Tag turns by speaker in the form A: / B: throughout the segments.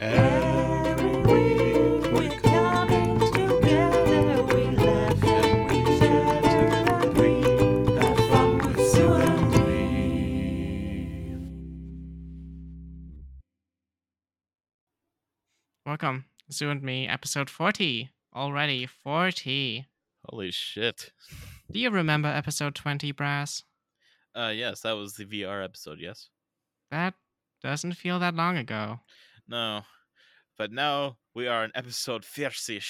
A: Every week we come together, we laugh and we chatter and we have fun with Sue and me.
B: Welcome, Zoo and Me, episode 40. Already 40.
C: Holy shit.
B: Do you remember episode 20, Brass?
C: Uh yes, that was the VR episode, yes.
B: That doesn't feel that long ago.
C: No. But now we are in episode 40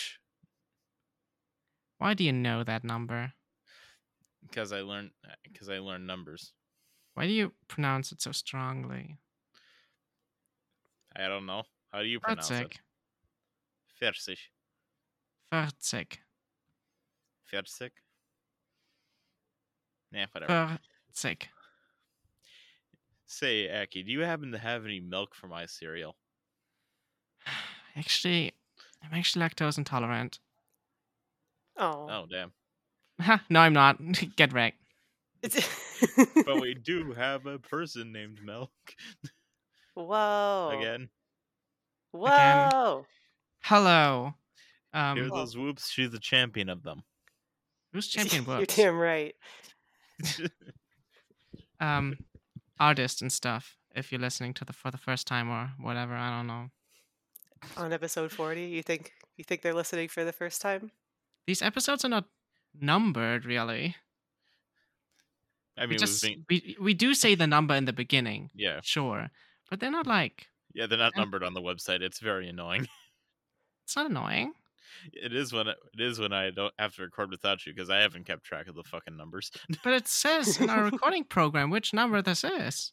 B: Why do you know that number?
C: because I learned because I learned numbers.
B: Why do you pronounce it so strongly?
C: I don't know. How do you pronounce
B: Fertzig.
C: it? 40.
B: Fertzig.
C: 40? Yeah, whatever.
B: Fertzig.
C: Say, Aki, do you happen to have any milk for my cereal?
B: Actually, I'm actually lactose intolerant.
D: Oh.
C: Oh, damn.
B: Ha, no, I'm not. Get wrecked.
D: It's-
C: Oh. But we do have a person named Milk
D: Whoa.
C: again.
D: Whoa.
B: Hello.
C: Hear
B: Um,
D: You're-
C: those whoops, she's the champion of them.
B: who's champion
D: You're
B: books?
D: damn right.
B: Um, artist and stuff. If you're listening to the for the first time or whatever, I don't know.
D: On episode 40, you think you think they're listening for the first time?
B: These episodes are not numbered really.
C: I mean,
B: we
C: we've
B: just
C: been-
B: we, we do say the number in the beginning,
C: yeah.
B: sure, but they're not like
C: Yeah, they're not
B: And-
C: numbered on the website. It's very annoying.
B: it's not annoying.
C: It is when it is when I don't have to record without you because I haven't kept track of the fucking numbers.
B: But it says in our recording program which number this is.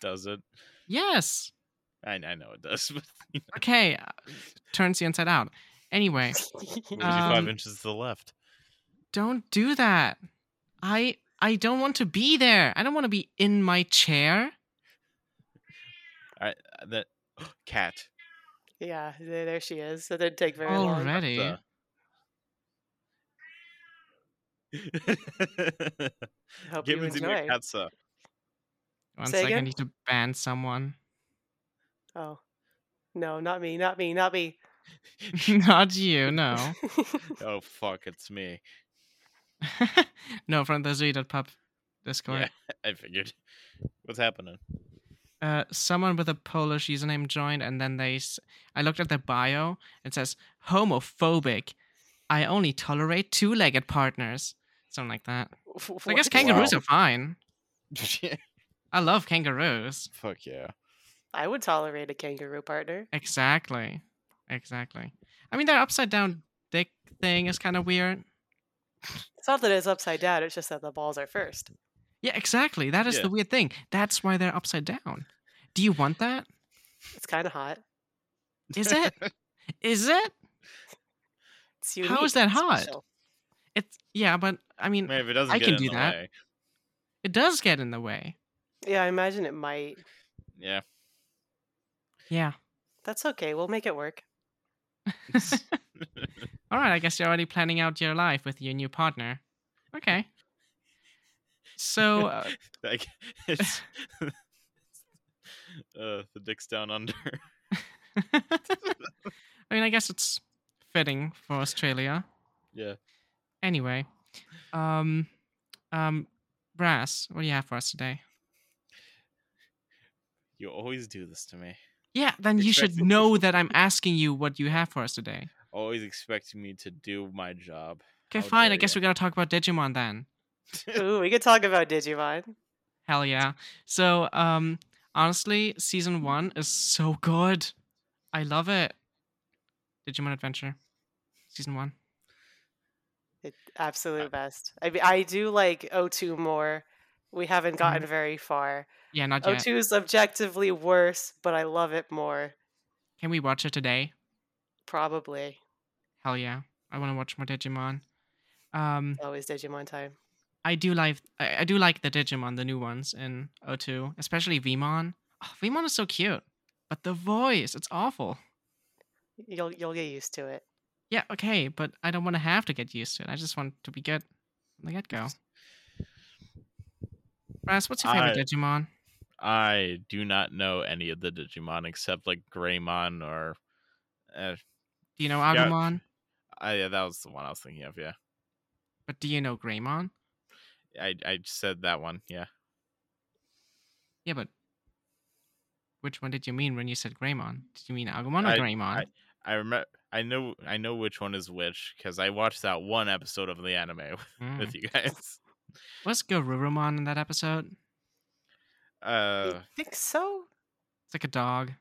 C: Does it?
B: Yes.
C: I, I know it does. But you know,
B: Okay. uh, Turns the inside out. Anyway,
C: it was you five
B: Um,
C: inches to the left.
B: don't do that. I I don't want to be there. I don't want to be in my chair.
C: Uh, That cat.
D: yeah, there, there she is. That didn't take very long. uh,
B: Already.
C: the-
D: I hope
C: Give
D: you
C: me the
D: enjoy.
C: katsa.
B: One
D: Say
B: second, I
D: again?
B: need to ban someone.
D: Oh. No, not me, not me, not me.
B: Not you, no.
C: Oh fuck, it's me.
B: no, from the Zoo.pub Discord.
C: Yeah, I figured. What's happening?
B: uh, someone with a Polish username joined, and then they. s- I looked at their bio. It says homophobic. I only tolerate two-legged partners, something like that. So I guess
D: What?
B: kangaroos are fine.
C: Yeah,
B: I love kangaroos.
C: fuck yeah.
D: I would tolerate a kangaroo partner.
B: Exactly, exactly. I mean, their upside-down dick thing is kind of weird.
D: It's not that it's upside down, it's just that the balls are first.
B: Yeah, exactly. That is
C: Yeah.
B: the weird thing. That's why they're upside down. Do you want that?
D: It's kind of hot.
B: Is it? is it?
D: It's
B: How is
D: unique.
B: that
D: it's
B: hot?
D: special.
B: It's yeah, but I
C: I
B: mean,
C: mean, if it doesn't
B: Mm, I
C: get
B: can
C: in
B: do
C: the
B: that.
C: way,
B: it does get in the way.
D: Yeah, I imagine it might.
C: yeah.
B: Yeah.
D: That's okay. We'll make it work.
B: All right, I guess you're already planning out your life with your new partner. Okay. So, uh,
C: Like it's, uh, the dick's down under.
B: I mean, I guess it's fitting for Australia.
C: Yeah.
B: Anyway, um, um, Brass, what do you have for us today?
C: You always do this to me.
B: Yeah, then you should
C: Expected.
B: know that I'm asking you what you have for us today.
C: Always expecting me to do my job.
B: Okay,
C: How
B: fine. I
C: dare
B: guess
C: ya.
B: we're gonna talk about Digimon then.
D: Ooh, we could talk about Digimon.
B: Hell yeah. So, um, honestly, season one is so good. I love it. Digimon Adventure, season one.
D: It, absolute
B: Uh
D: best. I mean, I do like O2 more. We haven't gotten very far.
B: Yeah, Mm-hmm. not yet.
D: O2 is objectively worse, but I love it more.
B: Can we watch it today?
D: Probably
B: Hell yeah. I want to watch more Digimon. Um,
D: always Digimon time.
B: I do like I, I do like the Digimon, the new ones in O2, especially Vmon. Oh, Vmon is so cute, but the voice, it's awful.
D: You'll you'll get used to it.
B: Yeah, okay, but I don't want to have to get used to it. I just want to be good from the get go. Brass, what's your favorite
C: I-
B: Digimon?
C: I do not know any of the Digimon except like Greymon or. Uh,
B: Do you know
C: Yeah.
B: Agumon?
C: I, Uh, yeah, that was the one I was thinking of. Yeah,
B: But do you know Greymon?
C: I I said that one. Yeah,
B: Yeah, but which one did you mean when you said Greymon? Did you mean Agumon or
C: I-
B: Greymon?
C: I remember. I know. I know which one is which because I watched that one episode of the anime
B: Mm.
C: with you guys.
B: Was Garurumon in that episode?
C: Uh,
D: I think so.
B: It's like a dog.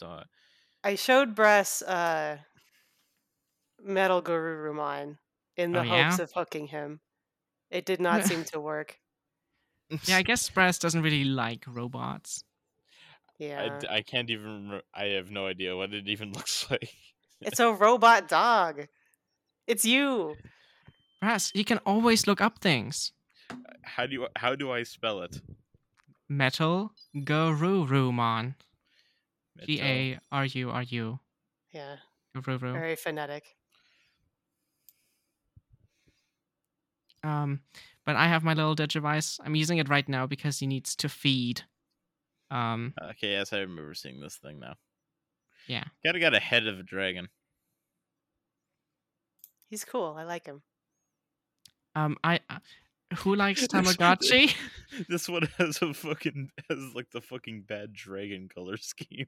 C: duh.
D: I showed Bress uh, Metal Guru Ruman in the
B: Oh, yeah?
D: hopes of hooking him. It did not seem to work.
B: Yeah, I guess Brass doesn't really like robots.
C: I,
D: Yeah.
C: d- I can't even. Remember, I have no idea what it even looks like.
D: it's a robot dog. It's you.
B: Brass, you can always look up things.
C: How do you? How do I spell it?
B: Metal Garurumon.
C: Metal-
B: G A R U R U.
D: Yeah.
B: Garuru.
D: Very phonetic.
B: Um, but I have my little Digivice. I'm using it right now because he needs to feed. Um,
C: Okay, yes, I remember seeing this thing now.
B: Yeah.
C: Gotta got a head of a dragon.
D: He's cool. I like him.
B: um, I. Uh, who likes Tamagotchi?
C: This one has a fucking has like the fucking bad dragon color scheme.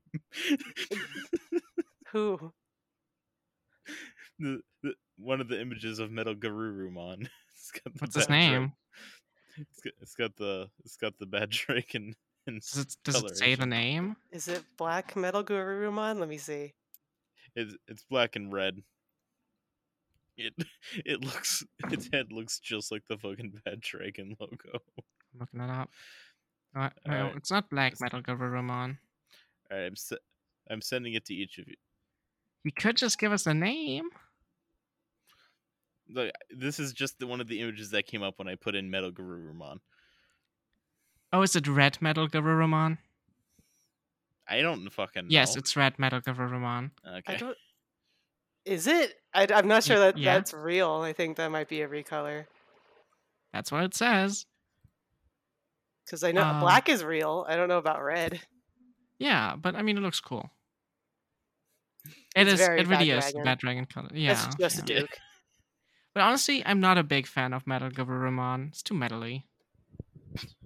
D: Who?
C: the, the, one of the images of Metal Garurumon. It's got the
B: What's his
C: bad dra-
B: name?
C: It's got, it's got the it's got the bad dragon. And
B: Does it, does it say the
C: coloration.
B: name?
D: Is it Black Metal Guru Ruman? Let me see.
C: It's it's black and red. It it looks its head looks just like the fucking bad dragon logo.
B: I'm looking that up. Uh, no,
C: Alright.
B: it's not Black
C: It's-
B: Metal Garurumon.
C: All right, I'm se- I'm sending it to each of you.
B: You could just give us a name.
C: Look, this is just the, one of the images that came up when I put in Metal Garurumon.
B: Oh, is it Red Metal Garurumon?
C: I don't fucking know.
B: Yes, it's Red Metal Garurumon.
D: I
C: okay.
D: don't. Is it? I, am not sure that
B: yeah.
D: that's real. I think that might be a recolor.
B: That's what it says.
D: Because I know
B: Um,
D: black is real. I don't know about red.
B: Yeah, but I mean, it looks cool. It
D: It's
B: is.
D: very
B: It really
D: Bad
B: is the
D: Dragon.
B: Bad Dragon color. Yeah.
D: That's just a
B: yeah.
C: yeah.
D: duke.
B: But honestly, I'm not a big fan of Metal Garurumon. It's too metally.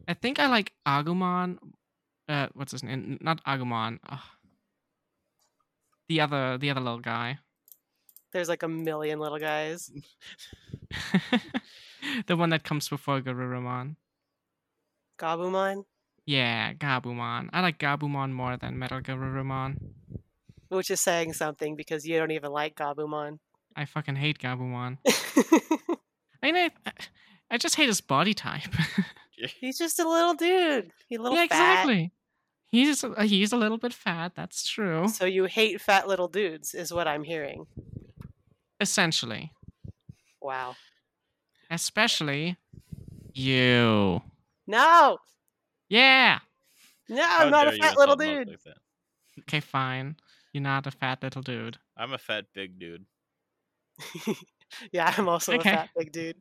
B: I think I like Agumon. Uh, what's his name? Not Agumon. Ugh. The other, the other little guy.
D: There's like a million little guys.
B: Mm. the one that comes before Garurumon.
D: Gabumon,
B: Yeah, Gabumon. I like Gabumon more than Metal Garurumon.
D: which is saying something because you don't even like Gabumon.
B: I fucking hate Gabumon. I mean, I, I just hate his body type.
D: He's just a little dude. He little
B: yeah,
D: fat.
B: exactly. He's a- he's a little bit fat. That's true.
D: So you hate fat little dudes is what I'm hearing.
B: Essentially,
D: Wow.
B: especially you.
D: No,
B: Yeah.
D: no,
C: How
D: I'm not
C: dare
D: a
C: you
D: fat
C: insult
D: little
C: me
D: dude.
C: Like that.
B: Okay, fine. You're not a fat little dude.
C: I'm a fat big dude.
D: yeah, I'm also
B: Okay.
D: a fat big dude.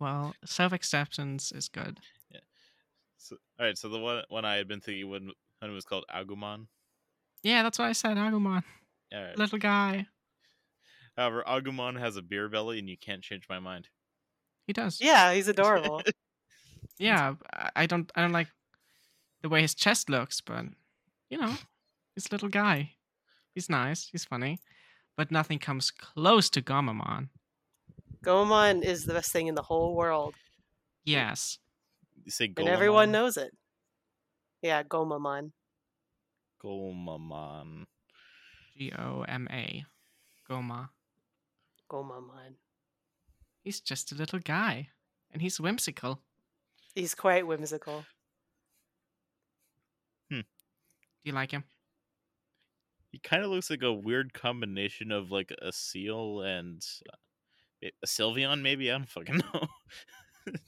B: Well, self acceptance is good.
C: so, all right, so the one one I had been thinking when one was called Agumon.
B: Yeah, that's what I said. Agumon,
C: All right.
B: little guy.
C: However, Agumon has a beer belly, and you can't change my mind.
B: He does.
D: Yeah, he's adorable.
B: Yeah, I- I don't. I don't like the way his chest looks, but you know, he's a little guy. He's nice. He's funny, but nothing comes close to Gamamon.
D: Gomon is the best thing in the whole world,
B: Yes.
C: You say
D: and everyone
C: Golemon?
D: knows it. Yeah, Gomamon.
C: Golemon.
B: G O M A. Goma.
D: Gomamon.
B: He's just a little guy. And he's whimsical.
D: He's quite whimsical.
B: Do you like him?
C: He kind of looks like a weird combination of like a seal and uh, a a Sylveon, maybe. I don't fucking know.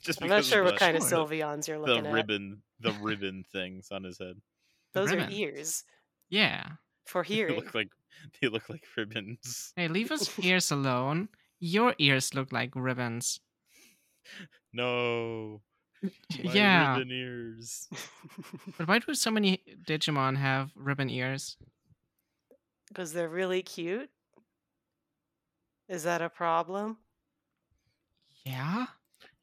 C: Just
D: I'm not
C: because
D: sure what
C: the-
D: kind of
B: Sure.
D: Sylveons you're
C: the
D: looking at.
C: ribbon, the ribbon things on his head.
B: The
D: Those are
B: ribbon.
D: ears
B: Yeah.
D: for
C: They
D: hearing.
C: look like they look like ribbons.
B: Hey, leave his ears alone. Your ears look like ribbons.
C: no. my
B: yeah.
C: ribbon ears.
B: But why do so many Digimon have ribbon ears?
D: Because they're really cute. Is that a problem?
B: Yeah?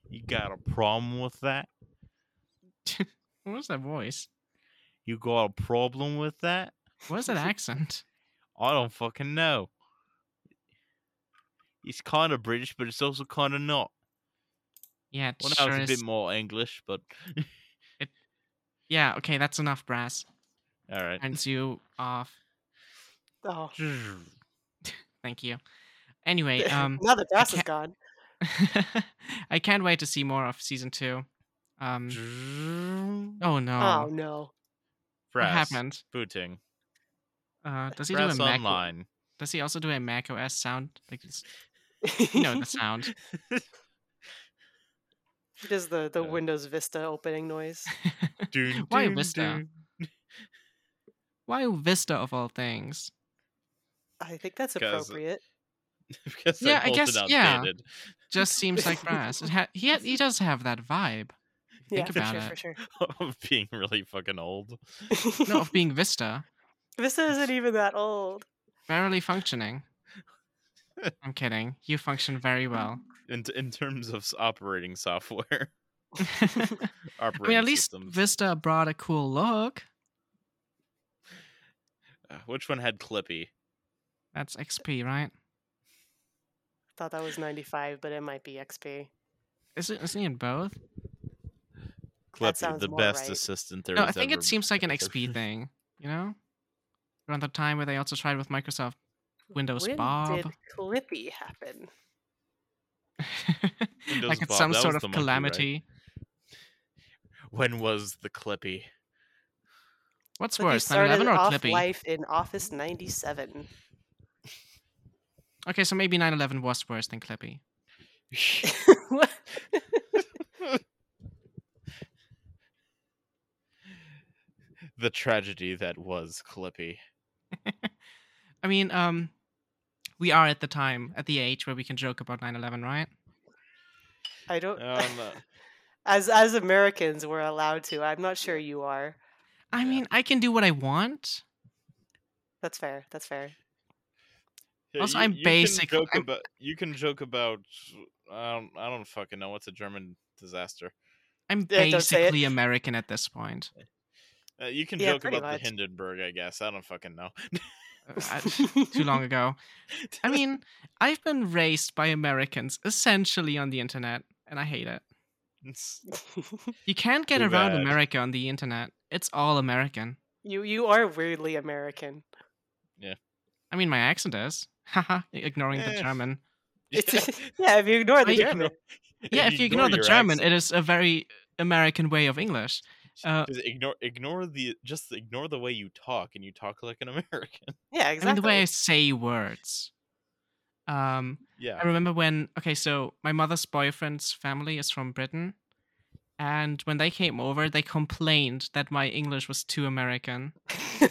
C: You got a problem with that?
B: What was that voice?
C: You got a problem with that?
B: What was that accent?
C: I don't fucking know. It's kind of British, but it's also kind of not.
B: Yeah, it
C: Well, now
B: sure
C: it's a
B: is.
C: bit more English, but
B: yeah, okay, that's enough, Brass.
C: all right.
B: Turns you off.
D: Oh,
B: Thank you. Anyway, um,
D: now the brass is
B: can't-
D: gone.
B: I can't wait to see more of season two. Um, oh no,
D: Oh no.
B: what
C: Brass
B: happened?
C: booting.
B: Uh, does he
C: Brass
B: do a Mac?
C: online.
B: Does he also do a Mac OS sound? Like, this- you know the sound.
D: Does the the
C: Yeah.
D: Windows Vista opening noise?
C: Dun,
B: Why
C: dun,
B: Vista?
C: dun.
B: Why Vista of all things?
D: I think that's
C: 'Cause-
D: appropriate.
C: because
B: Yeah, I
C: both
B: guess-
C: are
B: yeah.
C: outdated.
B: Just seems like Brass. It ha- he ha- he does have that vibe.
D: Yeah,
B: think
D: for
B: about
D: sure,
B: it.
D: for sure.
C: of being really fucking old.
B: No, of being Vista,
D: Vista isn't even that old.
B: barely functioning. I'm kidding. You function very well.
C: In in terms of s- operating software,
B: I
C: operating
B: mean, at least
C: systems.
B: Vista brought a cool look.
C: Uh, Which one had Clippy?
B: That's XP, right?
D: Thought that was 95, but it might be XP.
B: Is it, isn't it both?
C: Clippy,
D: sounds
C: the
D: more
C: best
D: right.
C: assistant there
B: No, I
C: was
B: think
C: ever.
B: it seems like an
C: ever.
B: XP thing, you know? Around the time where they also tried with Microsoft Windows
D: when
B: Bob.
D: did Clippy happen?
C: Windows
B: like it's
C: Bob,
B: some
C: that
B: sort
C: was
B: of
C: the monkey, right?
B: calamity.
C: When was the Clippy?
B: What's
D: Clippy
B: worse, 9
D: started
B: 11 or
D: off
B: Clippy?
D: life in Office 97.
B: Okay, so maybe 9 11 was worse than Clippy.
D: What?
C: the tragedy that was Clippy.
B: I mean, um, we are at the time, at the age where we can joke about 9 11, right?
D: I
B: Oh,
D: don't.
C: Um, uh,
D: as as Americans, we're allowed to. I'm not sure you are.
B: I
C: Yeah.
B: mean, I can do what I want.
D: That's fair. That's fair.
C: Yeah,
B: Also, I'm
C: can
B: basic-
C: joke
B: I'm-
C: about- you can joke about. I don't. I don't fucking know. What's a German disaster?
B: I'm
D: Yeah, don't say it.
B: basically American at this point.
C: Uh, you can
D: Yeah,
C: joke
D: pretty
C: about
D: much.
C: the Hindenburg, I guess. I don't fucking know.
B: Uh, I- too long ago. I mean, I've been raised by Americans essentially on the internet, and I hate it.
C: It's-
B: You can't get
C: Too
B: around
C: bad.
B: America on the internet. It's all American.
D: you you are weirdly American.
B: I mean, my accent is. Haha, ignoring the
C: Eh.
B: German.
D: It's, yeah, if you ignore the
B: I-
D: German,
B: Yeah, if you ignore the
C: your
B: German,
C: accent-
B: it is a very American way of English. Uh,
C: just ignore ignore the just ignore the way you talk, and you talk like an American.
B: I
D: yeah,
B: mean,
D: exactly.
B: the way I say words. Um, I
C: Yeah,
B: remember when, okay, so my mother's boyfriend's family is from Britain. And when they came over, they complained that my English was too American.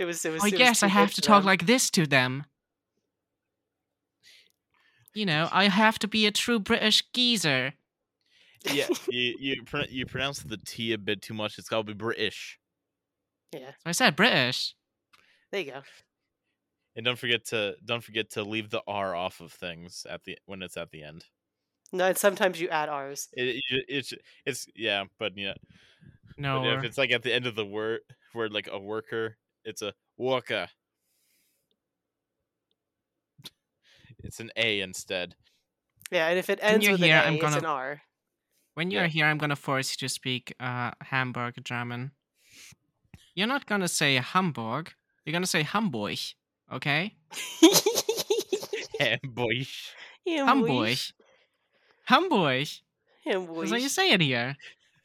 D: it was. It was.
B: I
D: it was
B: guess I
D: too
B: have
D: good
B: to
D: for
B: talk
D: them.
B: like this to them. You know, I have to be a true British geezer.
C: yeah. you you pro- you pronounce the T a bit too much. It's got to be British.
D: Yeah,
B: So I said British.
D: there you go.
C: And don't forget to don't forget to leave the R off of things at the when it's at the end.
D: No, and sometimes you add R's.
C: It, it, it's it's yeah, but yeah.
B: No.
C: But if it's like at the end of the word, word like a worker, it's a worker. It's an A instead.
D: Yeah, and if it ends
B: you
D: with
B: hear
D: an A,
B: I'm
D: it's
B: gonna-
D: an R.
B: When you're
C: Yeah.
B: here, I'm gonna force you to speak uh, Hamburg German. You're not gonna say Hamburg. You're gonna say Hamburg. Okay,
C: Ambush.
D: Yeah,
B: Hamburg.
D: boy.
B: Hamburg.
D: Yeah,
B: That's how
D: boy.
B: you say it here.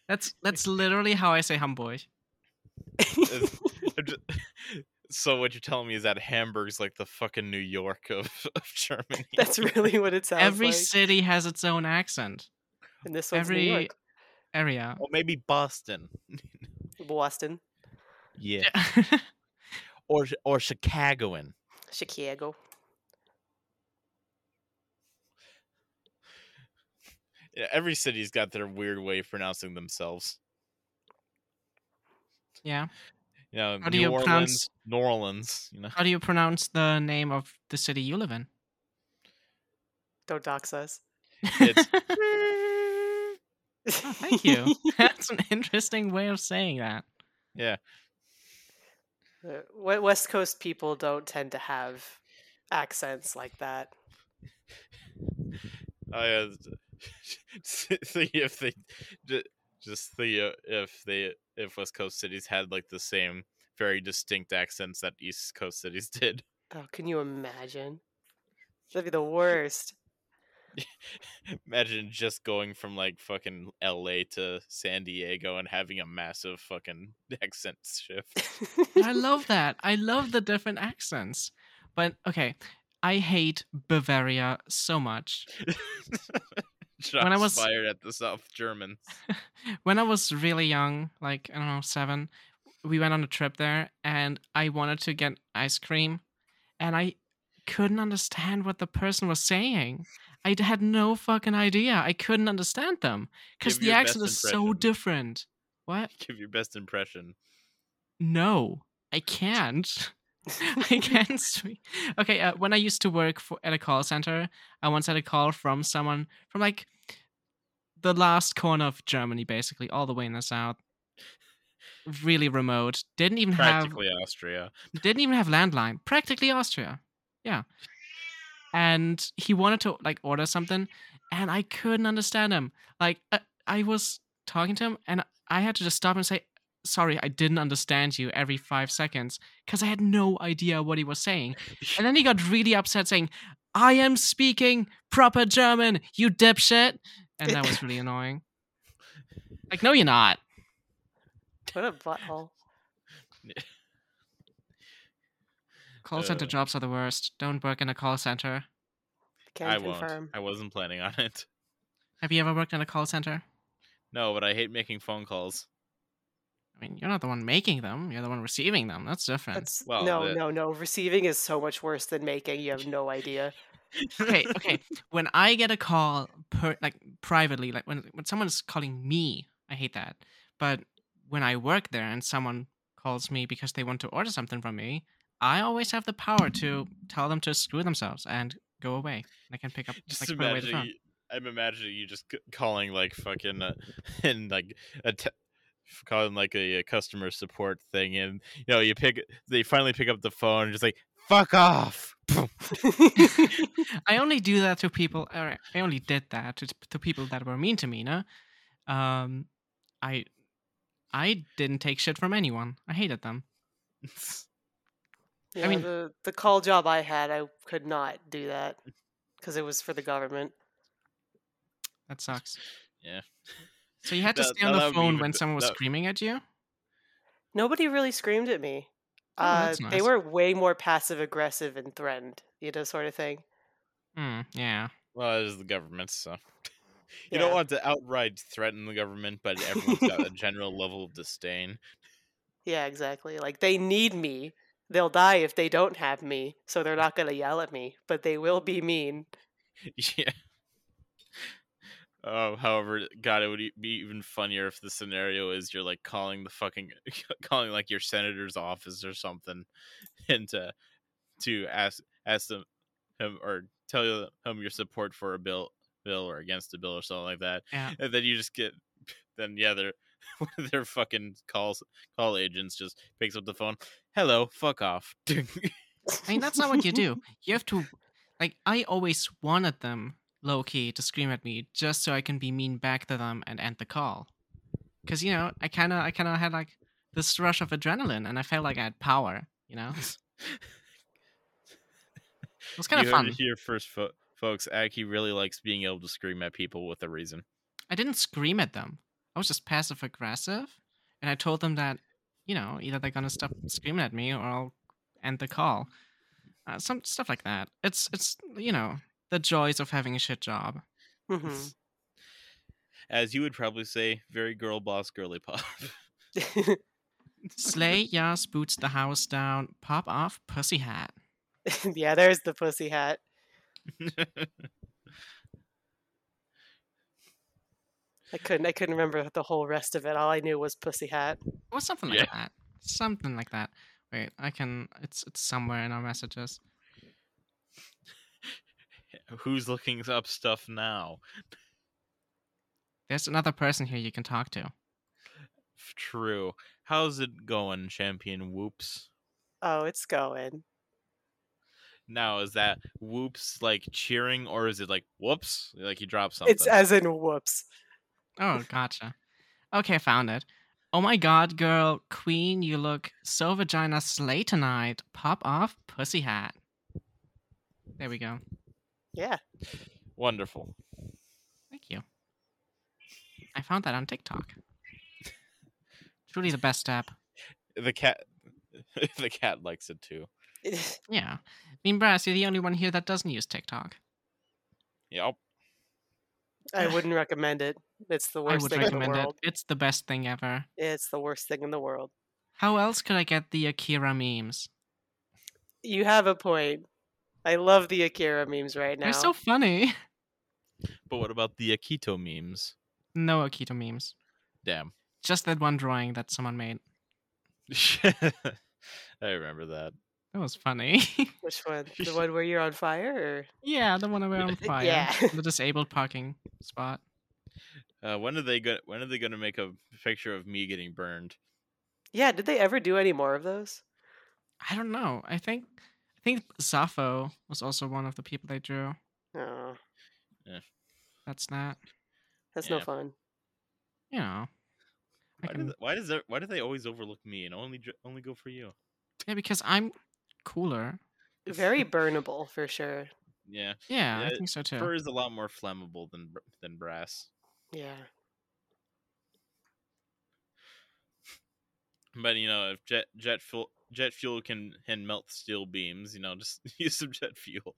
B: That's that's literally how I say Hamburg.
C: I'm ju- so what you're telling me is that Hamburg's like the fucking New York of, of Germany.
D: That's really what it sounds
B: Every
D: like.
B: city has its own accent.
D: And this one's New
B: every-
D: York,
B: Area.
C: Or maybe Boston.
D: Boston,
C: Yeah.
B: Yeah.
C: Or or Chicagoan.
D: Chicago.
C: Yeah, every city's got their weird way of pronouncing themselves.
B: Yeah.
C: You know,
B: How do
C: New
B: you
C: Orleans,
B: pronounce-
C: New Orleans. You know,
B: How do you pronounce the name of the city you live in?
D: Don't dox us.
C: It's-
B: Oh, thank you. That's an interesting way of saying that.
C: yeah.
D: Uh, we- West Coast people don't tend to have accents like that.
C: Oh yeah. think if they ju- just think uh, if they if West Coast cities had like the same very distinct accents that East Coast cities did.
D: Oh, can you imagine? That'd be the worst.
C: Imagine just going from like fucking LA to San Diego and having a massive fucking accent shift.
B: I love that. I love the different accents. But okay, I hate Bavaria so much.
C: Shots
B: I was-
C: fired at the South Germans.
B: When I was really young, like I don't know, 7, we went on a trip there and I wanted to get ice cream and I couldn't understand what the person was saying. I d- had no fucking idea. I couldn't understand them cuz
C: Give
B: the
C: your best
B: accent is so
C: impression.
B: different. What?
C: Give your best impression.
B: No, I can't. I can't speak. Okay, uh, when I used to work for, at a call center, I once had a call from someone from like the last corner of Germany, basically, all the way in the south. Really remote. Didn't even have
C: Practically Austria.
B: didn't even have landline. Practically Austria. Yeah. And he wanted to like order something, and I couldn't understand him. Like I, I was talking to him, and I had to just stop and say, "Sorry, I didn't understand you." Every five seconds, because I had no idea what he was saying. And then he got really upset, saying, "I am speaking proper German, you dipshit," and that was really annoying. Like, no, you're not.
D: what a butthole.
B: Call center
C: Uh.
B: jobs are the worst. Don't work in a call center.
D: Can
C: I won't.
D: confirm.
C: I wasn't planning on it.
B: Have you ever worked in a call center?
C: No, but I hate making phone calls.
B: I mean, you're not the one making them. You're the one receiving them. That's different.
D: That's,
C: Well,
D: no,
C: the-
D: no, no. Receiving is so much worse than making. You have no idea.
B: okay, okay. When I get a call, per, like privately, like when when someone's calling me, I hate that. But when I work there and someone calls me because they want to order something from me, I always have the power to tell them to screw themselves and go away. I can pick up,
C: Just
B: like, put away the
C: imagine.
B: phone.
C: You, I'm imagining you just c- calling like fucking uh, and like a te- f- calling like a, uh customer support thing, and you know you pick. They finally pick up the phone, and just like fuck off.
B: I only do that to people. Or I only did that to, to people that were mean to me. No, um, I, I didn't take shit from anyone. I hated them. I
D: You know,
B: mean-
D: the, the call job I had, I could not do that because it was for the government.
B: That sucks.
C: Yeah.
B: So you had to
C: That-
B: stay on
C: that
B: the
C: would be
B: phone
C: even
B: when
C: th-
B: someone was
C: that-
B: screaming at you.
D: Nobody really screamed at me.
B: Oh,
D: uh,
B: that's
D: They
B: nice.
D: were way more passive aggressive and threatened, you know, sort of thing.
B: Hmm. yeah.
C: Well, it is the government, so you don't
D: Yeah.
C: want to outright threaten the government, but everyone's got a general level of disdain.
D: Yeah, exactly. Like they need me. They'll die if they don't have me, so they're not going to yell at me, but they will be mean.
C: Yeah. Oh, however, God, it would e- be even funnier if the scenario is you're like calling the fucking calling like your senator's office or something, and to to ask ask them him or tell him your support for a bill bill or against a bill or something like that,
B: Yeah.
C: and then you just get then yeah they're one of their fucking calls call agents just picks up the phone, hello, fuck off.
B: I mean, that's not what you do. You have to, like, I always wanted them low key to scream at me just so I can be mean back to them and end the call. Cause you know, I kind of, I kind of had like this rush of adrenaline, and I felt like I had power. You know, it was kind
C: you
B: of
C: heard
B: fun.
C: it here first, fo- folks. Aki really likes being able to scream at people with a reason.
B: I didn't scream at them. I was just passive aggressive, and I told them that, you know, either they're gonna stop screaming at me or I'll end the call. Uh, some stuff like that. It's it's you know the joys of having a shit job.
D: Mhm.
C: As you would probably say, very girl boss girly pop.
D: Mm-hmm.
B: Slay yas boots the house down. Pop off pussy hat.
D: yeah, there's the pussy hat. I couldn't. I couldn't remember the whole rest of it. All I knew was pussy hat.
B: or something like
C: Yeah.
B: that. Something like that. Wait, I can. It's it's somewhere in our messages.
C: Who's looking up stuff now?
B: There's another person here you can talk to.
C: F- True. How's it going, champion? Whoops.
D: Oh, it's going.
C: Now is that whoops like cheering or is it like whoops? Like you drop something.
D: It's as in whoops.
B: Oh, gotcha. Okay, found it. Oh my god, girl, queen, you look so vagina slay tonight. Pop off, pussy hat. There we go.
D: Yeah.
C: Wonderful.
B: Thank you. I found that on TikTok. Truly the best app.
C: The cat the cat likes it too.
B: Yeah. Mean Brass, you're the only one here that doesn't use TikTok.
C: Yep.
D: I wouldn't recommend it. It's the
B: I
D: worst
B: would
D: thing in the
B: recommend it.
D: world.
B: It's the best thing ever.
D: It's the worst thing in the world.
B: How else could I get the Akira memes?
D: You have a point. I love the Akira memes right now.
B: They're so funny.
C: But what about the Akito memes?
B: No Akira memes.
C: Damn.
B: Just that one drawing that someone made.
C: I remember that.
B: That was funny.
D: Which one? The one where you're on fire?
B: yeah, the one where I'm fire.
D: Yeah.
B: The disabled parking spot.
C: Uh, when are they going when are they gonna make a picture of me getting burned?
D: Yeah. Did they ever do any more of those?
B: I don't know. I think I think Sappho was also one of the people they drew.
D: Oh,
B: That's not
D: that's no
C: Yeah.
D: fun.
B: you know. I
C: Why, do
B: can,
C: they, why does there, why do they always overlook me and only dr- only go for you?
B: yeah, because I'm cooler.
D: Very burnable for sure.
C: Yeah,
B: Yeah, I
C: Yeah,
B: think so too.
C: fur is a lot more flammable than br- than brass.
D: Yeah.
C: But you know, if jet jet fuel jet fuel can can melt steel beams, you know, just use some jet fuel.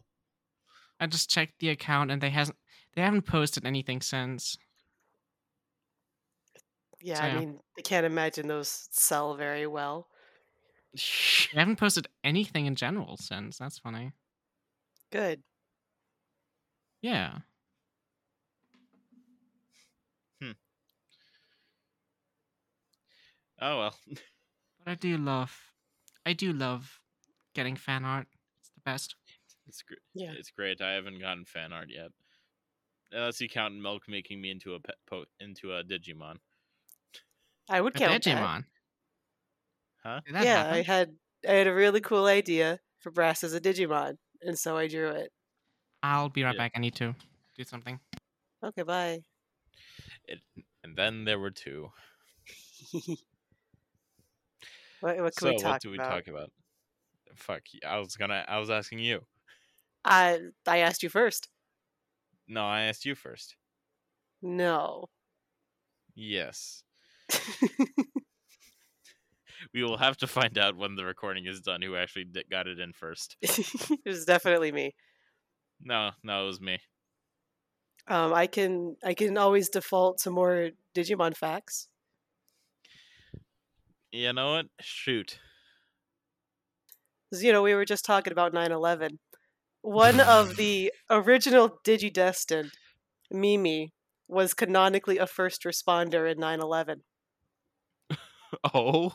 B: I just checked the account and they hasn't they haven't posted anything since.
D: Yeah.
B: So-
D: I mean, I can't imagine those sell very well.
B: They haven't posted anything in general since. That's funny.
D: Good.
B: Yeah.
C: Oh well,
B: But I do love I do love getting fan art. It's the best.
C: it's great.
D: Yeah.
C: It's great. I haven't gotten fan art yet, unless you count milk making me into a pet po- into a Digimon.
D: I would
B: A
D: count that.
B: Digimon.
C: Huh?
B: Did that
D: yeah, I
B: happen?
D: had I had a really cool idea for Brass as a Digimon, and so I drew it.
B: I'll be right
C: Yeah.
B: back. I need to do something.
D: Okay, bye.
C: And then there were two.
D: What, what can
C: so
D: we talk
C: what do we
D: about?
C: talk about? Fuck, y- I was gonna. I was asking you.
D: I I asked you first.
C: No, I asked you first.
D: No.
C: Yes. We will have to find out when the recording is done who actually d- got it in first.
D: it was definitely me.
C: No, no, it was me.
D: Um, I can I can always default to more Digimon facts.
C: You know what? Shoot.
D: 'Cause, You know, we were just talking about 9/11. One of the original Digidestined, Mimi, was canonically a first responder in 9/11.
C: Oh,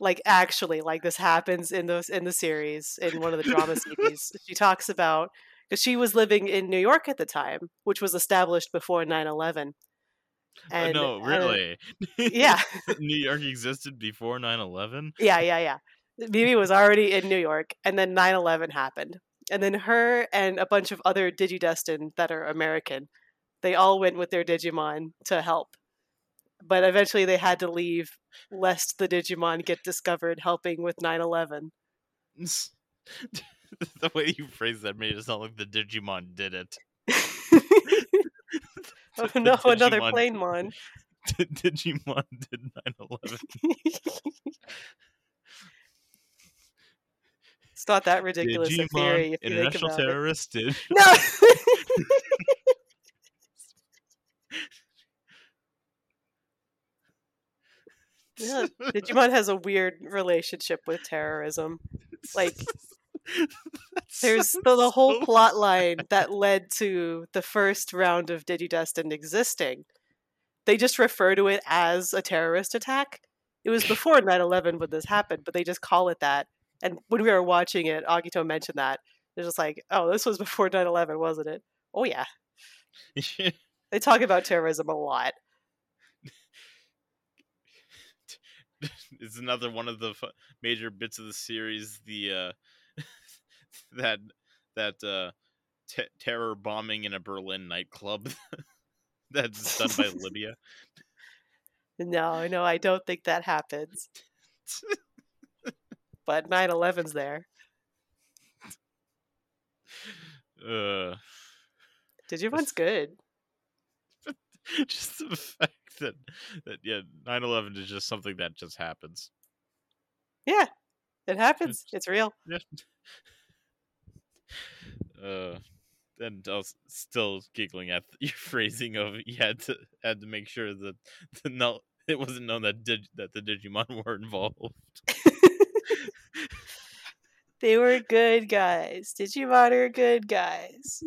D: like actually like this happens in those in the series in one of the drama CDs. she talks about because she was living in new york at the time which was established before 9-11
C: uh, no,
D: uh,
C: really?
D: yeah
C: New York existed before 9 11?
D: yeah yeah yeah mimi was already in new york and then 9-11 happened and then her and a bunch of other digidestined that are american they all went with their digimon to help but eventually they had to leave lest the digimon get discovered helping with 9-11
C: the way you phrased that made it sound like the Digimon did it.
D: oh
C: The
D: no, another
C: Digimon-
D: plane mon.
C: the Digimon did 9 11.
D: it's not that ridiculous a theory
C: Digimon,
D: if you think
C: international
D: about it.
C: terrorist, did.
D: No. Yeah, Digimon has a weird relationship with terrorism. Like, There's the, the whole plot line that led to the first round of Digidestined existing They just refer to it as a terrorist attack. It was before 9 11 when this happened, but they just call it that. And when we were watching it, Agito mentioned that. They're just like, oh, this was before 9 11, wasn't it? Oh, yeah. They talk about terrorism a lot.
C: it's another one of the f- major bits of the series. The uh, that that uh, te- terror bombing in a Berlin nightclub that's done by Libya.
D: No, no, I don't think that happens. But 9 11's there.
C: Uh,
D: Digimon's good.
C: just the fact that that yeah, 9/11 is just something that just happens.
D: Yeah, it happens. It's real.
C: Uh, and I was still giggling at your phrasing of you had to had to make sure that the no, it wasn't known that dig, that the Digimon were involved.
D: They were good guys. Digimon are good guys.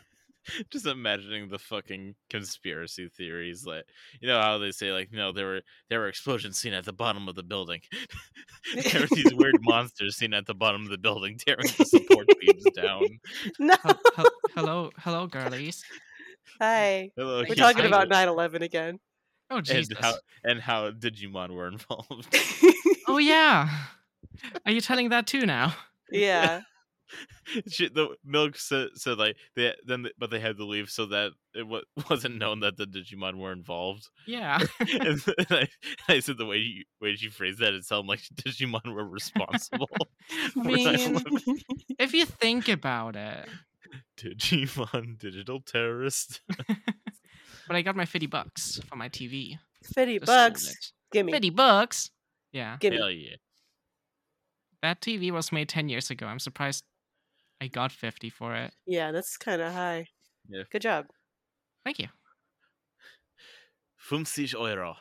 C: just imagining the fucking conspiracy theories like you know how they say like no there were there were explosions seen at the bottom of the building there were these weird monsters seen at the bottom of the building tearing the support beams down
D: No.
B: Hel- hel- hello, hello, girlies.
D: Hi.
C: Hello,
D: We're
C: Keith
D: talking
B: I-
D: about
C: Sandler.
D: 9 11 again.
B: Oh
C: and
B: Jesus.
C: how and how digimon were involved
B: Oh yeah. Are you telling that too now?
D: yeah.
C: Shit, the milk said, said like they then they- but they had to leave so that it w- wasn't known that the digimon were involved
B: Yeah.
C: and, then I, I said the way you way she phrased that it sounded like digimon were responsible
B: I
C: for
B: mean,
C: 9/11.
B: if you think about it,
C: Digimon digital terrorist.
B: but I got my 50 bucks for my TV.
D: 50
B: Just sold
D: bucks.
B: it.
D: Gimme.
B: 50 bucks? Yeah.
D: Gimme.
C: Hell yeah.
B: That TV was made 10 years ago. I'm surprised I got 50 for it.
D: Yeah, that's kind of high.
C: Yeah.
D: Good job.
B: Thank you.
C: 50 Euro.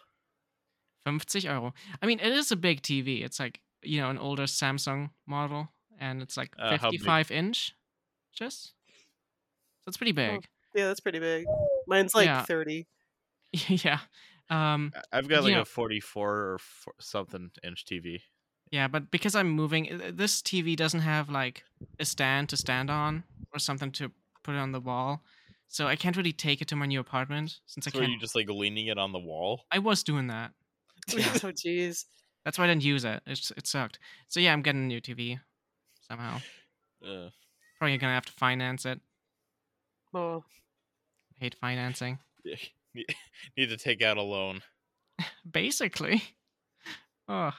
B: 50 euro. I mean, it is a big TV. It's like, you know, an older Samsung model, and it's like
C: Uh, how big?
B: 55 inch. Just. So it's pretty big.
D: Yeah, that's pretty big. Mine's like
B: Yeah.
D: 30.
B: yeah. Um,
C: I- I've got like
B: Yeah.
C: a 44 or four, something inch TV.
B: Yeah, but because I'm moving, i- i- this TV doesn't have like a stand to stand on or something to put it on the wall, so I can't really take it to my new apartment since I
C: So are
B: can't.
C: you just like leaning it on the wall?
B: I was doing that. Yeah.
D: oh, jeez.
B: That's why I didn't use it. It it sucked. So yeah, I'm getting a new TV somehow.
C: Uh,
B: Probably gonna have to finance it.
D: Oh.
B: I hate financing.
C: need need to take out a loan.
B: Basically. Oh.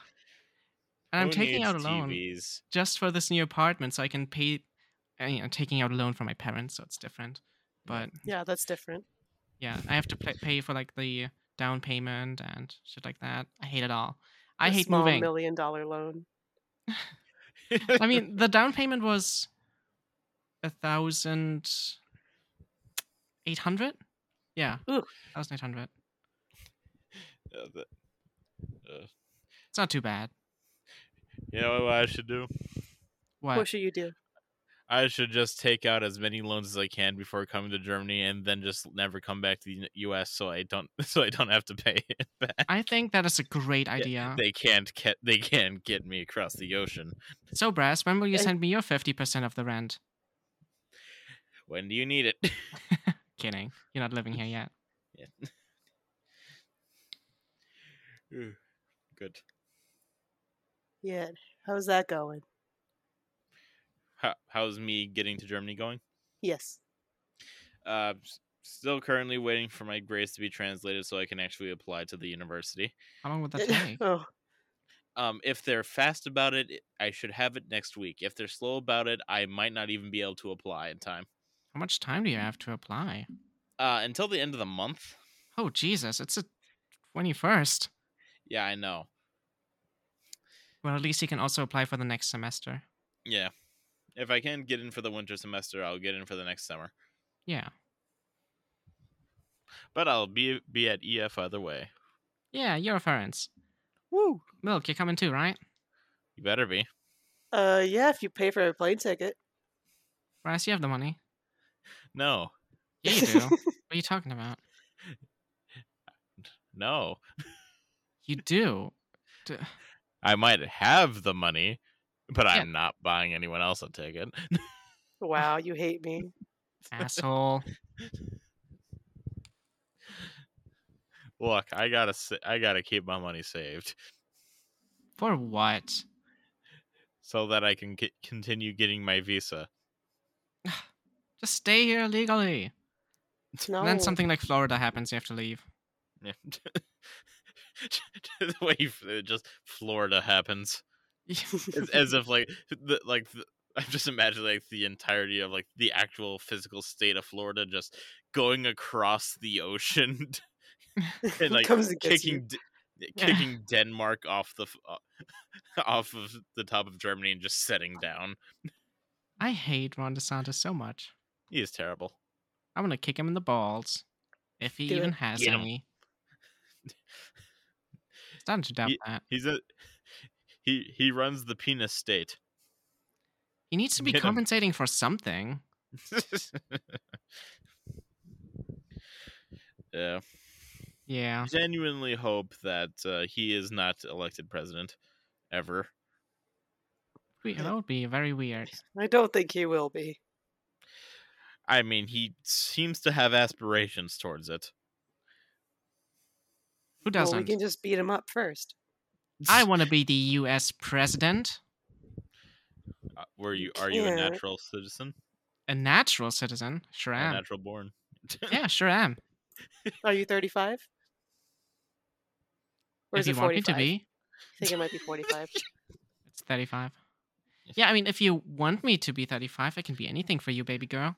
B: And I'm
C: Who
B: taking
C: needs
B: out a loan
C: TVs?
B: just for this new apartment, so I can pay. uh, You know, taking out a loan from my parents, so it's different. But
D: Yeah, that's different.
B: Yeah, I have to pla pay for like the down payment and shit like that. I hate it all. I
D: A
B: hate
D: small
B: moving.
D: million dollar loan.
B: I mean, the down payment was a thousand eight hundred. Yeah,
D: Ooh.
B: thousand eight hundred.
C: Uh, the- uh,
B: It's not too bad.
C: you know what I should do?
B: What?
D: What should you do?
C: I should just take out as many loans as I can before coming to Germany, and then just never come back to the N- U.S. so I don't so I don't have to pay it back.
B: I think that is a great idea.
C: They can't get they can't get me across the ocean.
B: so, Brass, when will you
D: Yeah.
B: send me your fifty percent of the rent?
C: When do you need it?
B: Kidding. You're not living here yet.
C: Ooh, Good.
D: Yeah. How's that going?
C: How, how's me getting to Germany going?
D: Yes.
C: Uh, s- still currently waiting for my grades to be translated so I can actually apply to the university.
B: How long would that take?
D: oh,
C: Um, if they're fast about it, it- I should have it next week. If they're slow about it, I might not even be able to apply in time.
B: How much time do you have to apply?
C: Uh, until the end of the month.
B: Oh Jesus, it's the twenty-first.
C: Yeah, I know.
B: Well, at least you can also apply for the next semester.
C: Yeah. If I can get in for the winter semester, I'll get in for the next summer.
B: Yeah.
C: But I'll be be at EF either way.
B: Yeah, you're a Ferenc.
C: Woo!
B: Milk, you're coming too, right?
C: You better be.
D: uh, yeah. If you pay for a plane ticket,
B: Bryce, you have the money.
C: No,
B: Yeah, you do. what are you talking about?
C: No,
B: You do.
C: I might have the money, but
B: Yeah.
C: I'm not buying anyone else a ticket.
D: Wow, you hate me.
B: Asshole.
C: Look, I gotta, sa- I gotta keep my money saved
B: For what?
C: so that I can get, continue getting my visa.
B: Just stay here legally.
D: No.
B: And then something like Florida happens, you have to leave.
C: Yeah. the way you, f- it just Florida happens, as, as if like, the, like the, I'm just imagining like the entirety of like the actual physical state of Florida just going across the ocean and like
D: comes and gets you.
C: kicking D- eh,
B: Yeah.
C: kicking Denmark off the f- o- off of the top of Germany and just setting down.
B: I hate Ron DeSantis so much.
C: He is terrible.
B: I'm gonna kick him in the balls. If he
D: Do it.
B: even has
C: Get 'em.
B: any. Starting to doubt
C: Ye-
B: that.
C: He's a he he runs the penis state.
B: He needs to be
C: Get 'em.
B: compensating for something.
C: yeah.
B: Yeah.
C: Genuinely hope that uh, he is not elected president ever.
B: We-
D: Yeah.
B: That would be very weird.
D: I don't think he will be.
C: I mean, he seems to have aspirations towards it.
B: Who
D: Well, we
B: doesn't?
D: can just beat him up first.
B: I want to be the US president,
C: Uh, Were
D: You
C: you are you a
D: can't.
C: natural citizen?
B: a natural citizen. Sure
C: A
B: am.
C: natural born?
B: yeah, sure am.
D: Are you 35? Or
B: if
D: is
B: you
D: it
B: want me
D: 45?
B: to be,
D: I think it might be 45.
B: it's 35. Yeah, I mean, if you want me to be 35, I can be anything for you, baby girl.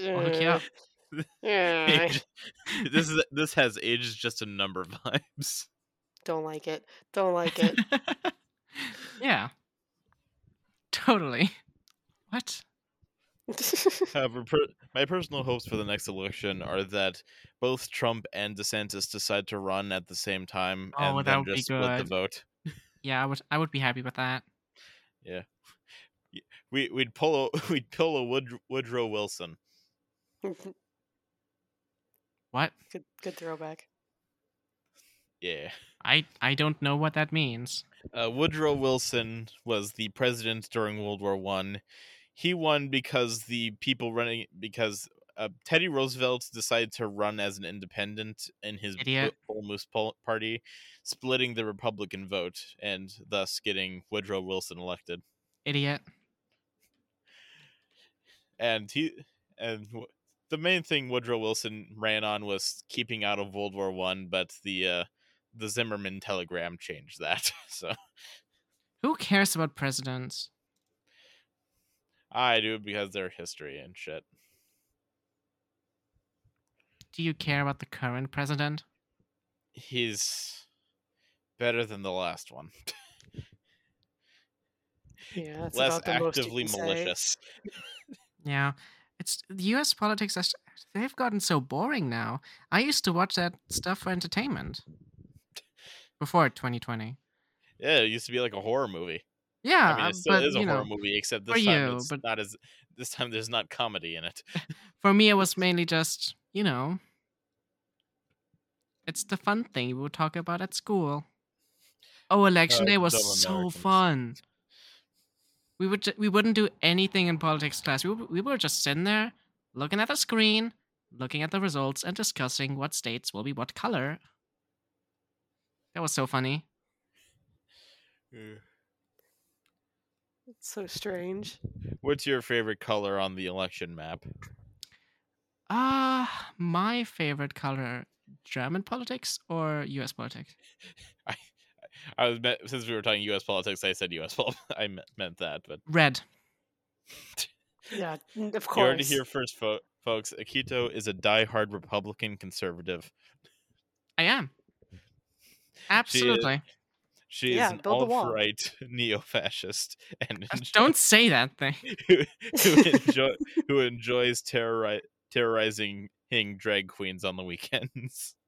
B: I'll hook you up.
D: Yeah, I
C: Age- this is this has age just a number vibes.
D: don't like it. Don't like it.
B: yeah. Totally. What?
C: However, per- my personal hopes for the next election are that both Trump and DeSantis decide to run at the same time
B: Oh,
C: and
B: that
C: then
B: would be
C: just split the
B: good.
C: vote.
B: Yeah, I would I would be happy with that.
C: We we'd pull a we'd pull a Wood- Woodrow Wilson.
D: good,
B: What?
D: good throwback.
C: Yeah,
B: I I don't know what that means.
C: uh, Woodrow Wilson was the president during World War One. He won because the people running because uh, Teddy Roosevelt decided to run as an independent in his Bull
B: Idiot.
C: Bull Moose Pol- Party, splitting the Republican vote and thus getting Woodrow Wilson elected.
B: Idiot.
C: and he and w- the main thing Woodrow Wilson ran on was keeping out of World War One, but the uh, the Zimmerman telegram changed that. So
B: Who cares about presidents?
C: I do because they're history and shit.
B: Do you care about the current president?
C: He's better than the last one,
D: Yeah, that's
C: less
D: about the most you
C: actively
D: can say.
C: malicious.
B: Yeah. It's the US politics has they've gotten so boring now. I used to watch that stuff for entertainment. Before 2020.
C: Yeah, it used to be like a horror movie.
B: Yeah,
C: I mean,
B: uh,
C: it still
B: but
C: is a
B: you
C: horror
B: know,
C: movie, except
B: for
C: this time
B: you,
C: it's
B: but-
C: not as this time there's not comedy in it.
B: for me it was mainly just, you know, it's the fun thing we would talk about at school. Oh, election
C: Uh,
B: day was
C: dumb
B: so
C: Americans.
B: fun. We would ju- we wouldn't do anything in politics class. We would, we were just sitting there looking at the screen, looking at the results and discussing what states will be what color. That was so funny.
D: It's so strange.
C: What's your favorite color on the election map?
B: Ah, my favorite color, German politics or US politics?
C: I was meant, since we were talking U.S. politics, I said U.S. pol- I me- meant that, but
B: Red.
D: Yeah, n- of
C: you
D: course.
C: heard it here first, fo- folks. Akito is a diehard Republican conservative.
B: I am. Absolutely.
C: She
D: Yeah,
C: is an
D: build the wall.
C: alt-right neo-fascist and
B: Uh,
C: enjo-
B: Don't say that thing.
C: who, who enjoy, who enjoys terrori- terrorizing hing drag queens on the weekends.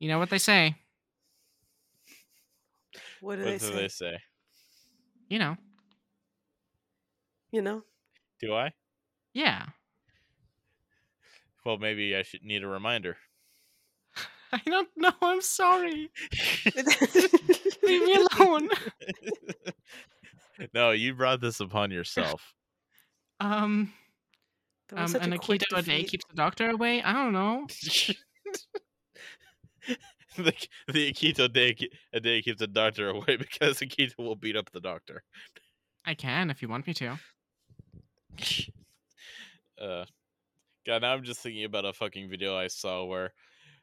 B: You know what they say.
D: What do
C: What do
D: they say?
C: they say?
B: You know.
D: You know?
C: Do I?
B: Yeah.
C: Well, maybe I should need a reminder.
B: I don't know. I'm sorry. Leave me alone.
C: no, you brought this upon yourself.
B: Um,
D: That was
B: um
D: such
B: and
D: a
B: a
D: quick
B: keto day
D: defeat.
B: keeps the doctor away. I don't know.
C: the, the Akito day a day keeps the doctor away because Akito will beat up the doctor.
B: I can if you want me to.
C: uh, God, now I'm just thinking about a fucking video I saw where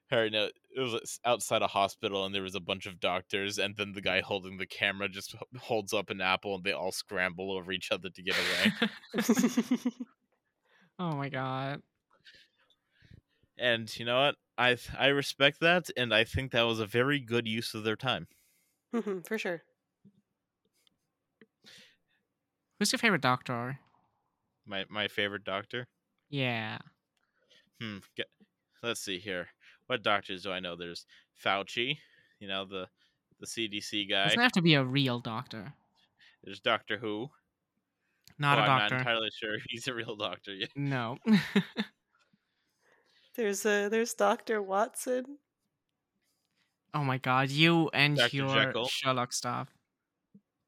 C: Harry, no, it was s- outside a hospital and there was a bunch of doctors, and then the guy holding the camera just h- holds up an apple and they all scramble over each other to get away.
B: oh my god.
C: and you know what? I th- I respect that, and I think that was a very good use of their time.
D: Mhm, For sure.
B: Who's your favorite doctor?
C: My my favorite doctor.
B: Yeah.
C: Hmm. Get, let's see here. What doctors do I know? There's Fauci, you know the the CDC guy.
B: Doesn't have to be a real doctor.
C: There's Doctor Who.
B: Not
C: who
B: a
C: I'm
B: doctor.
C: not entirely sure if he's a real doctor yet.
B: no.
D: There's uh, there's Doctor Watson.
B: oh my god, you and
C: Dr.
B: your
C: Jekyll.
B: Sherlock stuff.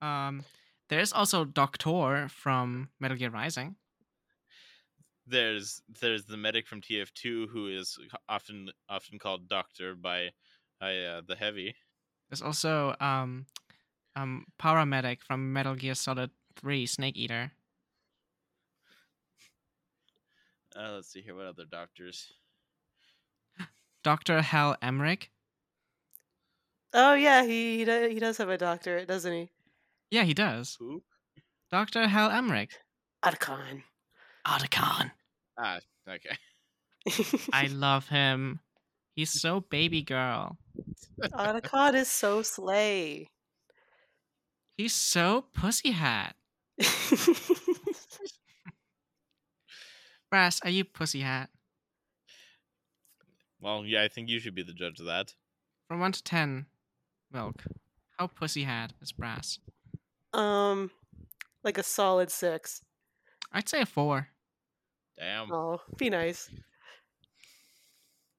B: Um there's also Doctor from Metal Gear Rising.
C: There's there's the medic from TF2 who is c- often often called Doctor by by uh, the heavy.
B: There's also um um paramedic from Metal Gear Solid 3 Snake Eater.
C: Uh, let's see here. What other doctors?
B: Dr. Hal Emmerich.
D: Oh yeah, he he, do- he does have a doctorate, doesn't he?
B: Yeah, he does.
C: Who?
B: Dr. Hal Emmerich.
D: Arkan.
B: Otacon.
C: Ah, okay.
B: I love him. He's so baby girl.
D: Arkan is so slay.
B: He's so pussy hat. Brass, are you pussy hat?
C: Well, yeah, I think you should be the judge of that.
B: From one to ten, milk. How pussy hat is Brass?
D: um, like a solid six.
B: I'd say a four.
C: Damn. Uh,
D: Oh, be nice.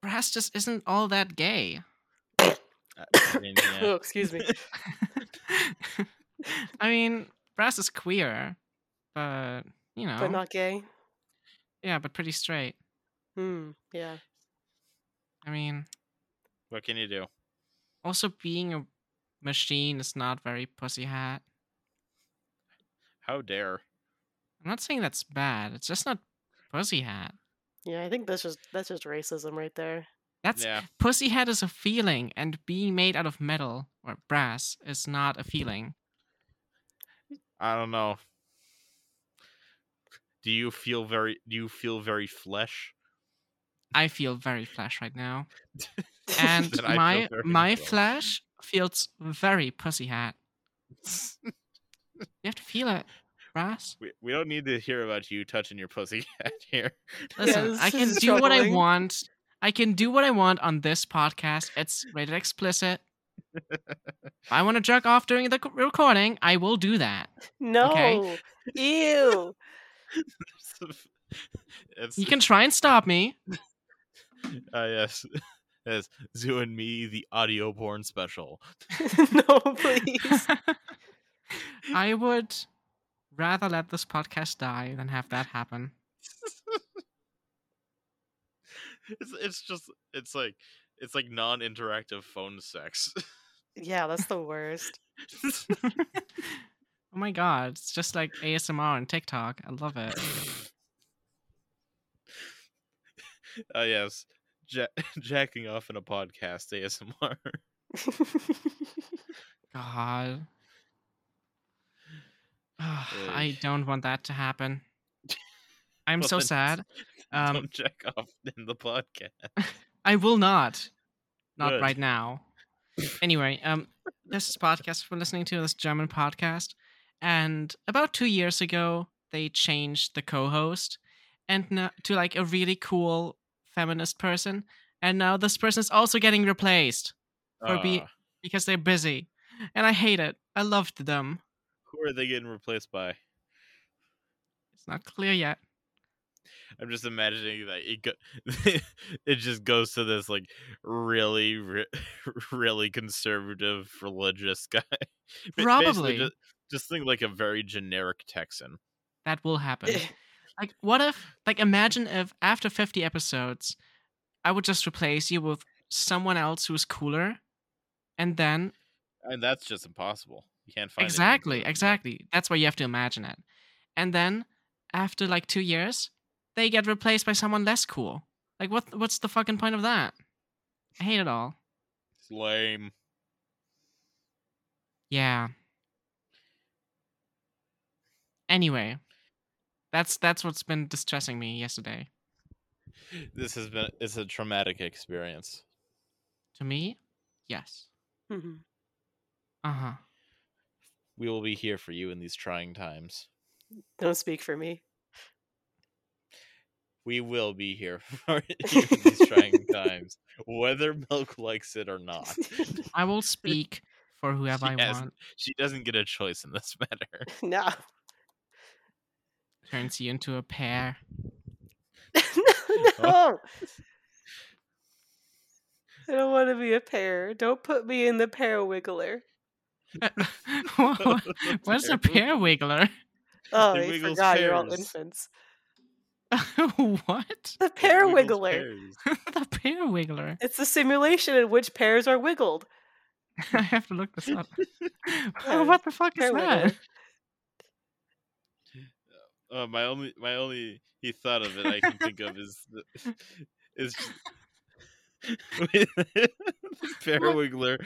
B: Brass just isn't all that gay.
C: I- I mean,
D: Oh,
C: yeah.
D: excuse me.
B: I mean, Brass is queer, but you know,
D: But not gay.
B: yeah, but pretty straight.
D: Hmm. Yeah.
B: I mean,
C: What can you do?
B: also being a machine is not very pussy hat.
C: How dare?
B: I'm not saying that's bad. It's just not pussy hat.
D: Yeah. I think that's just that's just racism right there.
B: That's
C: Yeah.
B: Pussy hat is a feeling, and being made out of metal or brass is not a feeling.
C: I don't know. Do you feel very? Do you feel very flesh?
B: I feel very flash right now, and
C: Then I feel
B: my
C: very
B: my
C: well.
B: flash feels very pussy hat. You have to feel it, brass.
C: we, we don't need to hear about you touching your pussy cat here.
B: Listen,
D: this
B: I can
D: is
B: do what I
D: troubling.
B: want. I can do what I want on this podcast. It's rated explicit. if I want to jerk off during the c- recording, I will do that.
D: No. Ew.
C: it's,
B: You can try and stop me.
C: uh, yes, yes. Zoo and me, the audio porn special.
D: no, please.
B: I would rather let this podcast die than have that happen.
C: It's it's just it's like it's like non-interactive phone sex.
D: Yeah, that's the worst.
B: oh my god, it's just like ASMR and TikTok. I love it.
C: uh, yes, ja- jacking off in a podcast ASMR.
B: God. Ugh, I
C: Oy.
B: don't want that to happen. I'm
C: Well,
B: so
C: then-
B: sad. Um,
C: Don't jack off in the podcast.
B: I will not. Not
C: Good.
B: right now. Anyway, um, this is podcast we're listening to, this German podcast. And about two years ago, they changed the co host and now, to like a really cool feminist person. And now this person is also getting replaced For be-
C: Ah,
B: because they're busy. And I hate it. I loved them.
C: who are they getting replaced by?
B: It's not clear yet.
C: I'm just imagining that it go- it just goes to this like really re- really conservative religious guy. Ba- basically
B: Probably.
C: ju- just think like a very generic Texan.
B: That will
D: Eh.
B: happen. Like, what if, like, imagine if after 50 episodes, I would just replace you with someone else who's cooler, and then
C: And that's just impossible. You can't find anyone
B: exactly,
C: close to
B: exactly. That's why you have to imagine it. And then, after like two years, they get replaced by someone less cool. Like, what? What's the fucking point of that? I hate it all.
C: it. It's lame.
B: Yeah. Anyway, that's that's what's been distressing me yesterday.
C: This has been it's a traumatic experience.
B: To me, yes.
D: Mhm.
B: Uh huh.
C: We will be here for you in these trying times.
D: Don't speak for me.
C: We will be here for you in these trying times, whether Milk likes it or not.
B: I will speak for whoever I
C: Yes.
B: want.
C: She doesn't get a choice in this matter.
D: no.
B: Turns you into a pear.
D: no. I don't want to be a pear. Don't put me in the pear wiggler.
B: Wha- What's a pear wiggler?
D: Oh,
C: It
D: I
C: wiggles
D: forgot you're all
C: pears.
D: infants.
B: what?
D: The pear
C: It wiggles
D: wiggler.
C: pears.
B: the pear wiggler.
D: It's a simulation in which pears are wiggled.
B: I have to look this up.
D: Yeah,
B: oh, what the fuck is
D: pear
B: that?
D: wiggler.
C: Uh, my only, my only, he thought of it I can think of is, the- is just- pear wiggler.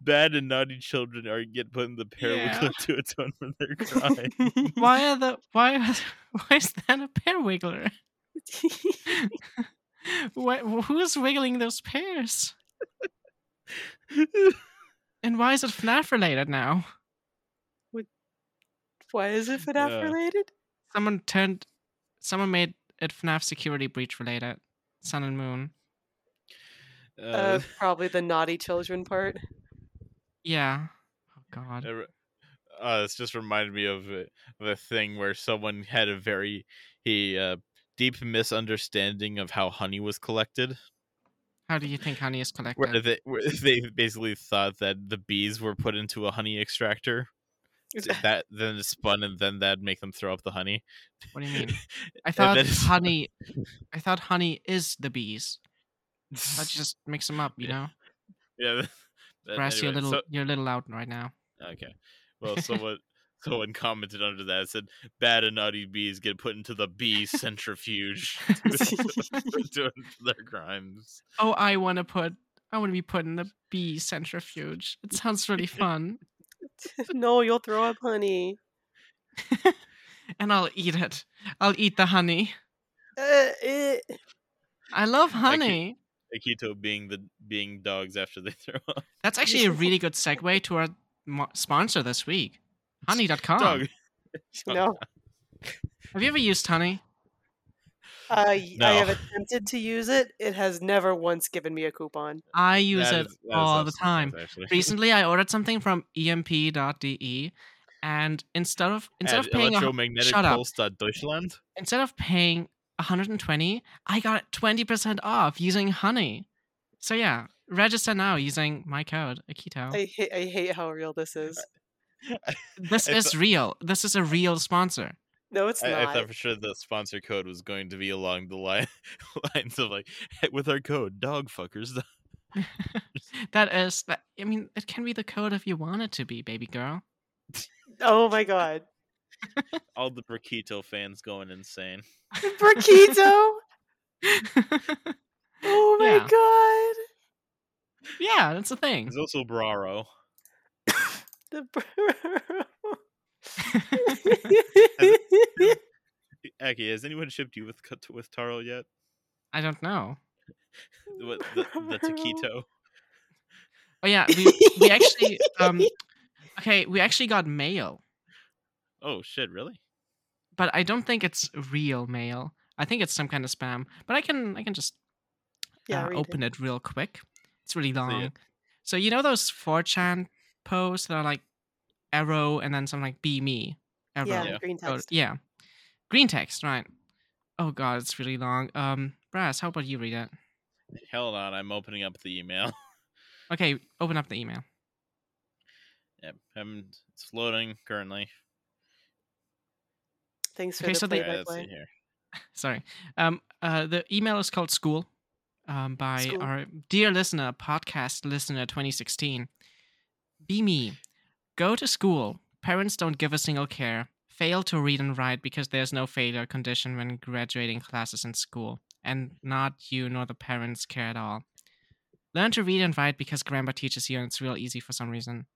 C: Bad and naughty children are get put in the pear
B: Yeah.
C: wiggler to atone for their crime.
B: Why are the why are, why is that a pear wiggler? Why, who's wiggling those pears? And why is it FNAF related now?
D: Why is it FNAF
C: Yeah.
D: related?
B: Someone turned, someone made it FNAF security breach related. Sun and Moon.
C: Uh,
D: Uh, probably the naughty children part.
B: Yeah. Oh God.
C: I re- uh, this just reminded me of a, of a thing where someone had a very he uh, deep misunderstanding of how honey was collected.
B: How do you think honey is collected?
C: Where they, where they basically thought that the bees were put into a honey extractor so that then it's spun and then that'd make them throw up the honey.
B: What do you mean? I
C: And
B: thought
C: then it's-
B: honey. I thought honey is the bees. I just mix them up, you know.
C: yeah. that-
B: Brass, you're a
C: anyway,
B: little,
C: so-
B: you're a little out right now.
C: okay. Well, someone someone commented under that said bad and naughty bees get put into the bee centrifuge to atone for their crimes.
B: Oh, I want to put. I want to be put in the bee centrifuge. It sounds really fun,
D: no, you'll throw up honey.
B: and I'll eat it. I'll eat the honey.
D: Uh, eh.
B: I love
C: can't-
B: honey.
C: Akito being the being dogs after they throw up.
B: That's actually a really good segue to our mo- sponsor this week, honey.com.
C: Dog. Dog.
D: no.
B: Have you ever used honey?
D: Uh, y- I have
C: No.
D: attempted to use it. It has never once given me a coupon.
B: I use
C: That
B: it
C: is- that is
B: all the
C: absolutely
B: time.
C: nuts, actually.
B: recently I ordered something from E emp.de E, and instead of instead
C: At
B: of paying a,
C: electromagnetic
B: shut up.
C: pulse dot Deutschland.
B: instead of paying 120, I got 20% off using honey. So yeah, register now using my code Akito.
D: I hate, I hate how real this is.
B: this
C: I
B: is real. This is a real sponsor.
D: No, it's
C: I, I
D: not.
C: thought for sure the sponsor code was going to be along the line, lines of like, "Hey, with our code, dog fuckers.
B: That is that I mean, it can be the code if you want it to be, baby girl.
D: oh my god,
C: All the Burquito fans going insane.
D: Burquito! Oh my
B: Yeah.
D: god,
B: yeah, that's a thing.
C: There's also Braro.
D: the Bur-
C: Aki, has anyone shipped you with Cut- with Taro yet?
B: I don't know.
C: What the, the Taquito?
B: Oh yeah, we, we actually um okay, we actually got mail.
C: Oh shit! Really?
B: but I don't think it's real mail. I think it's some kind of spam. But I can I can just
D: Yeah,
B: uh,
D: read it.
B: open it. real quick. It's really long.
C: it.
B: So you know those 4chan posts that are like arrow and then something like be me arrow.
D: yeah,
C: Yeah.
D: green
B: Oh,
D: text.
B: yeah. Green text, right. Oh god, it's really long. Um, Brass, how about you read it?
C: Held on, I'm opening up the email.
B: Okay, open up the email.
C: yep, I'm, it's loading currently.
D: Thanks for
B: Okay,
D: the
B: so they-
D: play
C: Yeah,
D: by
C: let's see
D: play.
C: here.
B: Sorry. Um, uh, the email is called School, um, by
D: School.
B: our dear listener, podcast listener, 2016. Be me. Go to school. Parents don't give a single care. Fail to read and write because there's no failure condition when graduating classes in school, and not you nor the parents care at all. Learn to read and write because grandpa teaches you, and it's real easy for some reason.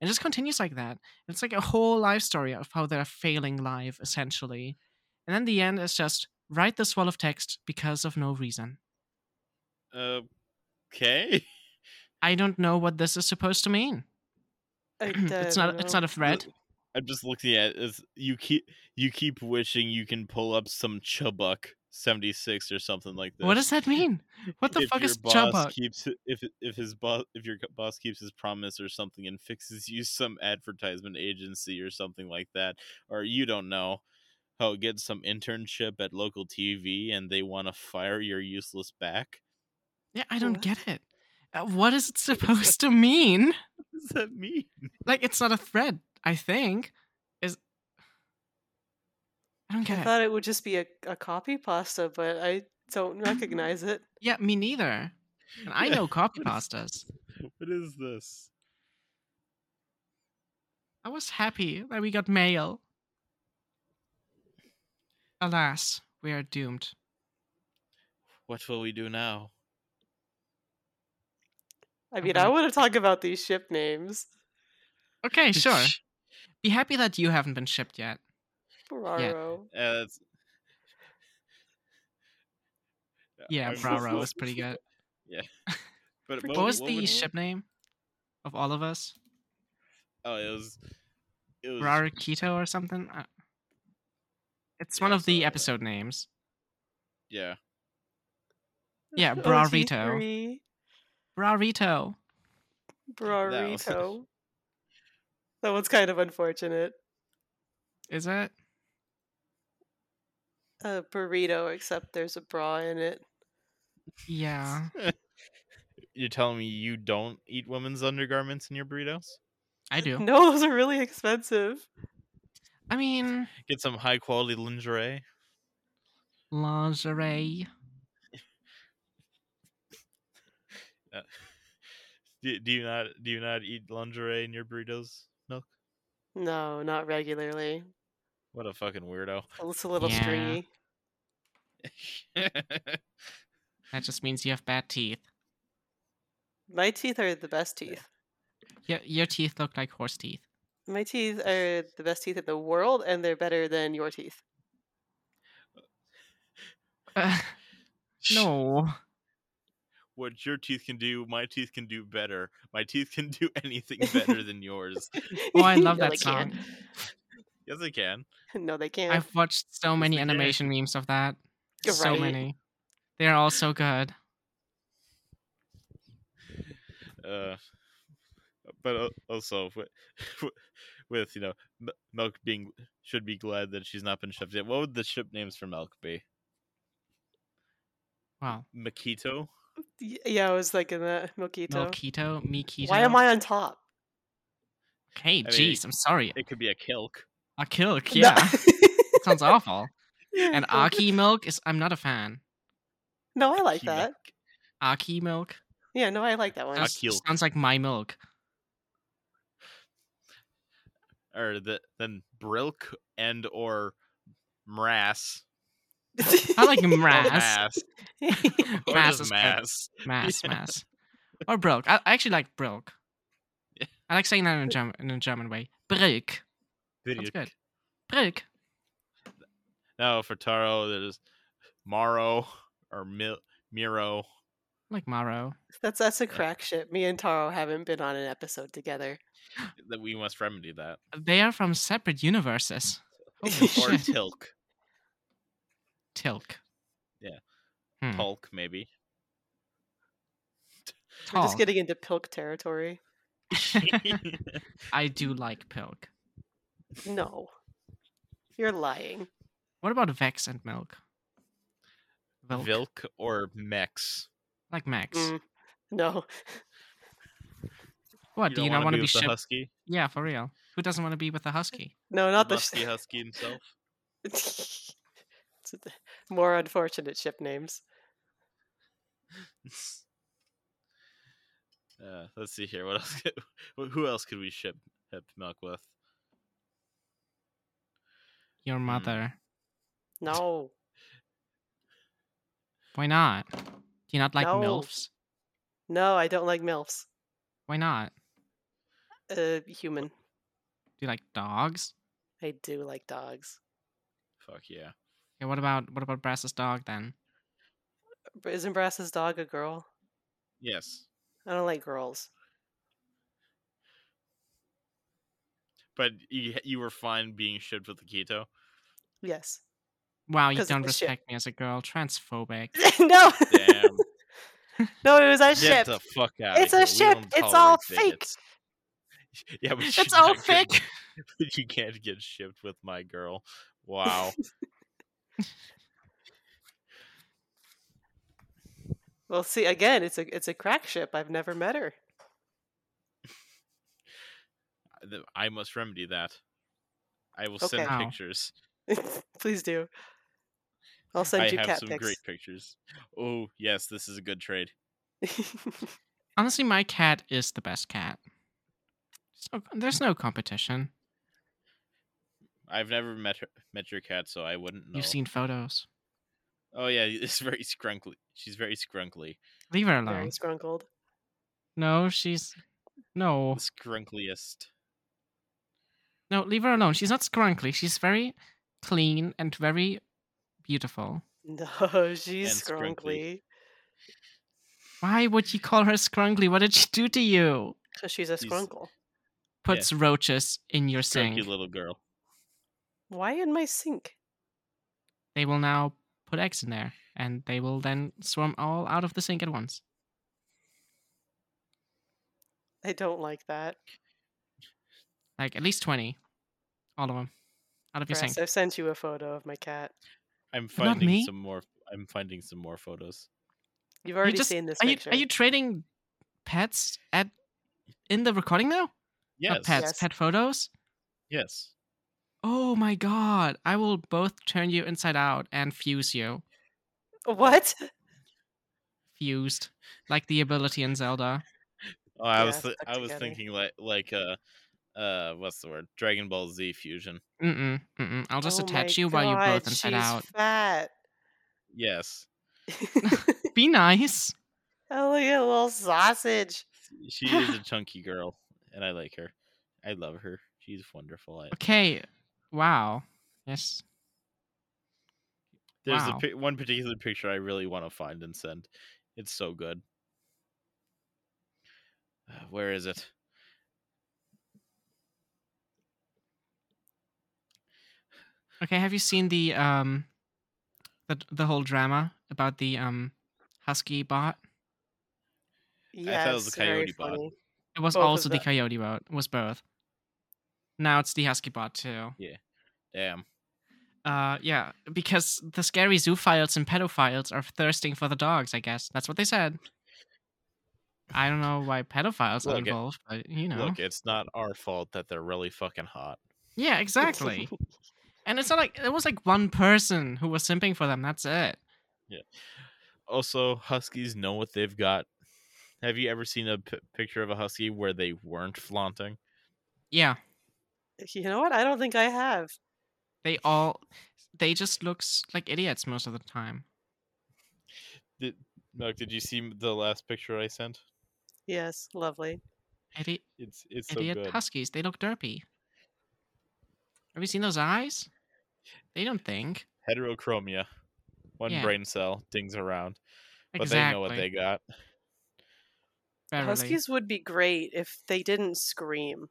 B: It just continues like that. It's like a whole life story of how they're failing life, essentially. And then the end is just write this wall of text because of no reason.
C: Okay.
B: I don't know what this is supposed to mean.
D: I
B: it's not
D: don't
B: it's
D: know.
B: not a thread.
C: I'm just looking at it. You keep you keep wishing you can pull up some Chubbuck 76 or something like that.
B: What does that mean? What the
C: if
B: fuck
C: your
B: is
C: boss
B: chubbuck?
C: Keeps if if his boss if your boss keeps his promise or something and fixes you some advertisement agency or something like that, or you don't know. Oh, get some internship at local TV and they want to fire your useless back.
B: Yeah, I don't
D: What?
B: get it. Uh, What is it supposed to mean?
C: What does that mean?
B: Like it's not a thread, I think. Is I don't
D: I
B: get it.
D: thought it would just be a, a copy pasta, but I don't recognize it.
B: Yeah, me neither. And I
C: Yeah,
B: know copy
C: what is-
B: pastas.
C: What is this?
B: I was happy that we got mail. Alas, we are doomed.
C: What will we do now?
D: I mean,
B: Okay.
D: I want to talk about these ship names.
B: Okay, sure.
C: Uh,
B: Be happy that you haven't been shipped yet.
D: Ferraro.
C: Uh, that's-
B: Yeah,
C: I'm-
B: Braro was pretty good.
C: But
B: What,
C: would-
B: was the
C: would-
B: ship name of all of us?
C: Oh, it was. It was
B: Braro Keto or something? Uh, It's one
C: Yeah,
B: of the
C: something like that.
B: episode names.
C: yeah.
D: Oh,
B: Yeah, Brarito.
D: OG3,
B: Brarito.
D: Brarito. That one's kind of unfortunate.
B: Is it?
D: A burrito, except there's a bra in it.
B: Yeah.
C: You're telling me you don't eat women's undergarments in your burritos?
B: I do.
D: No, those are really expensive.
B: I mean,
C: Get some high quality lingerie.
B: lingerie.
C: Uh, do, do you not do you not eat lingerie in your burritos? Milk.
D: No, not regularly.
C: What a fucking weirdo.
D: It's a little
B: Yeah.
D: stringy.
B: That just means you have bad teeth.
D: My teeth are the best teeth.
B: Your, your teeth look like horse teeth.
D: My teeth are the best teeth in the world, and they're better than your teeth.
B: Uh, no.
C: What your teeth can do, my teeth can do better. My teeth can do anything better than yours.
B: Oh, I love
D: No,
B: that
D: they can't.
B: song.
C: Yes, I can.
D: No, they can't.
B: I've watched so many
C: they can.
B: animation memes of that.
D: You're
B: So
D: right.
B: many. They're all so good.
C: Uh, but al- also with, with you know, M- Milk being should be glad that she's not been shipped yet. What would the ship names for Milk be?
B: Wow.
C: Makito.
D: Y- Yeah, I was like in the Milkito.
B: Milkito, Mikito.
D: Why am I on top?
B: Hey,
C: mean,
B: jeez, I'm sorry.
C: It could be a kilk.
B: A kilk,
D: No.
B: yeah. Sounds awful.
D: Yeah,
B: And
D: go-
B: Aki milk is I'm not a fan.
D: No, I like
C: Aki milk.
D: that.
B: Aki milk
D: Yeah, no, I like that one.
B: sounds,
C: Akilk.
B: sounds like my milk.
C: or the then Brilk and or Mrass.
B: I like
C: Mass.
B: mass.
C: Or
B: Mass
C: just
B: is good.
C: mass.
B: Mass, mass. Or Brilk. I, I actually like Brilk.
C: Yeah.
B: I like saying that in a German, in a German way. Brilk. Sounds
C: Video-
B: good. Brilk.
C: No, for Taro, there's Maro or Mil- Miro.
B: I like Maro.
D: That's that's a crack ship. Me and Taro haven't been on an episode together.
C: That we must remedy that.
B: They are from separate universes. Holy
C: Or
B: shit.
C: Tilk,
B: Tilk. Hmm.
C: Tulk maybe.
D: We're just
B: Talk.
D: getting into pilk territory.
B: I do like Pilk.
D: No, you're lying.
B: What about Vex and Milk? Vilk.
C: Vilk or Mex?
B: Like Max.
D: Mm. No,
B: What, do you not want
C: wanna
B: to be,
C: with the
B: shipped?
C: husky?
B: Yeah, for real. Who doesn't want to be with a husky?
D: no, not the.
C: husky husky himself.
D: Sh- More unfortunate ship names.
C: Uh, let's see here. What else? Could, wh- who else could we ship hip milk with? Mm.
B: Your mother.
D: No,
B: Why not? Do you not like
D: No.
B: MILFs?
D: no, I don't like milfs.
B: Why not?
D: Uh, human.
B: Do you like dogs?
D: I do like dogs.
C: Fuck yeah.
B: Yeah, what about what about Brass's dog then?
D: Br- Isn't Brass's dog a girl?
C: Yes,
D: I don't like girls.
C: but you you were fine being shipped with Akito.
D: Yes.
B: Wow, you
D: 'Cause
B: don't
D: of the ship.
B: respect me as a girl. Transphobic.
D: no,
C: Damn.
D: no, it was a
C: Get
D: ship.
C: the fuck out.
D: It's a ship. It's all fake.
C: Yeah, but
B: It's
C: you're
B: all
C: not getting- but you can't get shipped with my girl. Wow.
D: Well, see, again, it's a it's a crack ship. I've never met her.
C: Th- I must remedy that. I will
D: Okay.
C: send
B: Wow.
C: pictures.
D: Please do. I'll send
C: I
D: you
C: have
D: cat
C: some
D: pics.
C: great pictures. Oh yes, this is a good trade.
B: Honestly, my cat is the best cat. So, there's no competition.
C: I've never met her, met your cat, so I wouldn't know.
B: You've seen photos.
C: Oh yeah, it's very scrunkly. She's very scrunkly.
B: Leave her
D: Very
B: alone.
D: scrunkled.
B: No, she's
C: The
B: no,
C: scrunkliest.
B: no. Leave her alone. She's not scrunkly. She's very clean and very beautiful.
D: No, she's
C: And scrunkly.
D: scrunkly.
B: Why would you call her scrunkly? What did she do to you?
D: Because she's a
C: She's-
D: scrunkle.
B: Puts roaches in your sink.
C: Scrunky little girl.
D: Why in my sink?
B: They will now put eggs in there, and they will then swarm all out of the sink at once.
D: I don't like that.
B: Like at least twenty, all of them, out of your
D: Brass,
B: sink.
D: I've sent you a photo of my cat.
C: I'm
B: Not
C: finding
B: me.
C: some more. I'm finding some more photos.
D: You've already
B: just-
D: seen this
B: Are you
D: picture.
B: are you trading pets at in the recording now?
C: Yes.
B: Not pets,
D: Yes.
B: pet photos.
C: Yes.
B: Oh my god! I will both turn you inside out and fuse you.
D: what?
B: Fused, like the ability in Zelda.
C: Oh, I was
D: Yes,
C: th-
D: put
C: I was
D: together.
C: thinking like like uh uh what's the word? Dragon Ball Z fusion.
B: Mm-mm, mm-mm. I'll just
D: Oh my
B: attach you while you're both
D: God,
B: inside
D: she's
B: out.
D: Fat.
C: Yes.
B: Be nice.
D: oh, look at a little sausage.
C: She is a chunky girl and I like her. I love her. She's wonderful. I,
B: Okay. Wow. Yes.
C: there's
B: wow.
C: a pi- one particular picture I really want to find and send. It's so good. Uh, where is it?
B: Okay. Have you seen the um, the the whole drama about the um, husky bot?
D: Yes,
C: thought it was a
D: very
C: coyote bot.
D: funny.
B: It was
D: Both of
B: also the
D: the-
B: coyote bot. It was both. Now it's the husky bot too.
C: Damn.
B: Uh, yeah, because the scary zoophiles and pedophiles are thirsting for the dogs. I guess that's what they said. I don't know why pedophiles are
C: Look, it-
B: involved, but you know.
C: Look, it's not our fault that they're really fucking hot.
B: Yeah, exactly. and it's not like it was like one person who was simping for them. That's it.
C: Also, huskies know what they've got. Have you ever seen a p- picture of a husky where they weren't flaunting?
B: Yeah,
D: You know what? I don't think I have.
B: they all they just looks like idiots most of the time.
C: Mark, did you see the last picture I sent?
D: Yes, lovely.
B: Idi-
C: It's it's so
B: idiot
C: good.
B: huskies. They look derpy. Have you seen those eyes? They don't think.
C: Heterochromia, one
B: Yeah.
C: brain cell dings around, but
B: Exactly.
C: they know what they got.
B: Verily.
D: Huskies would be great if they didn't scream.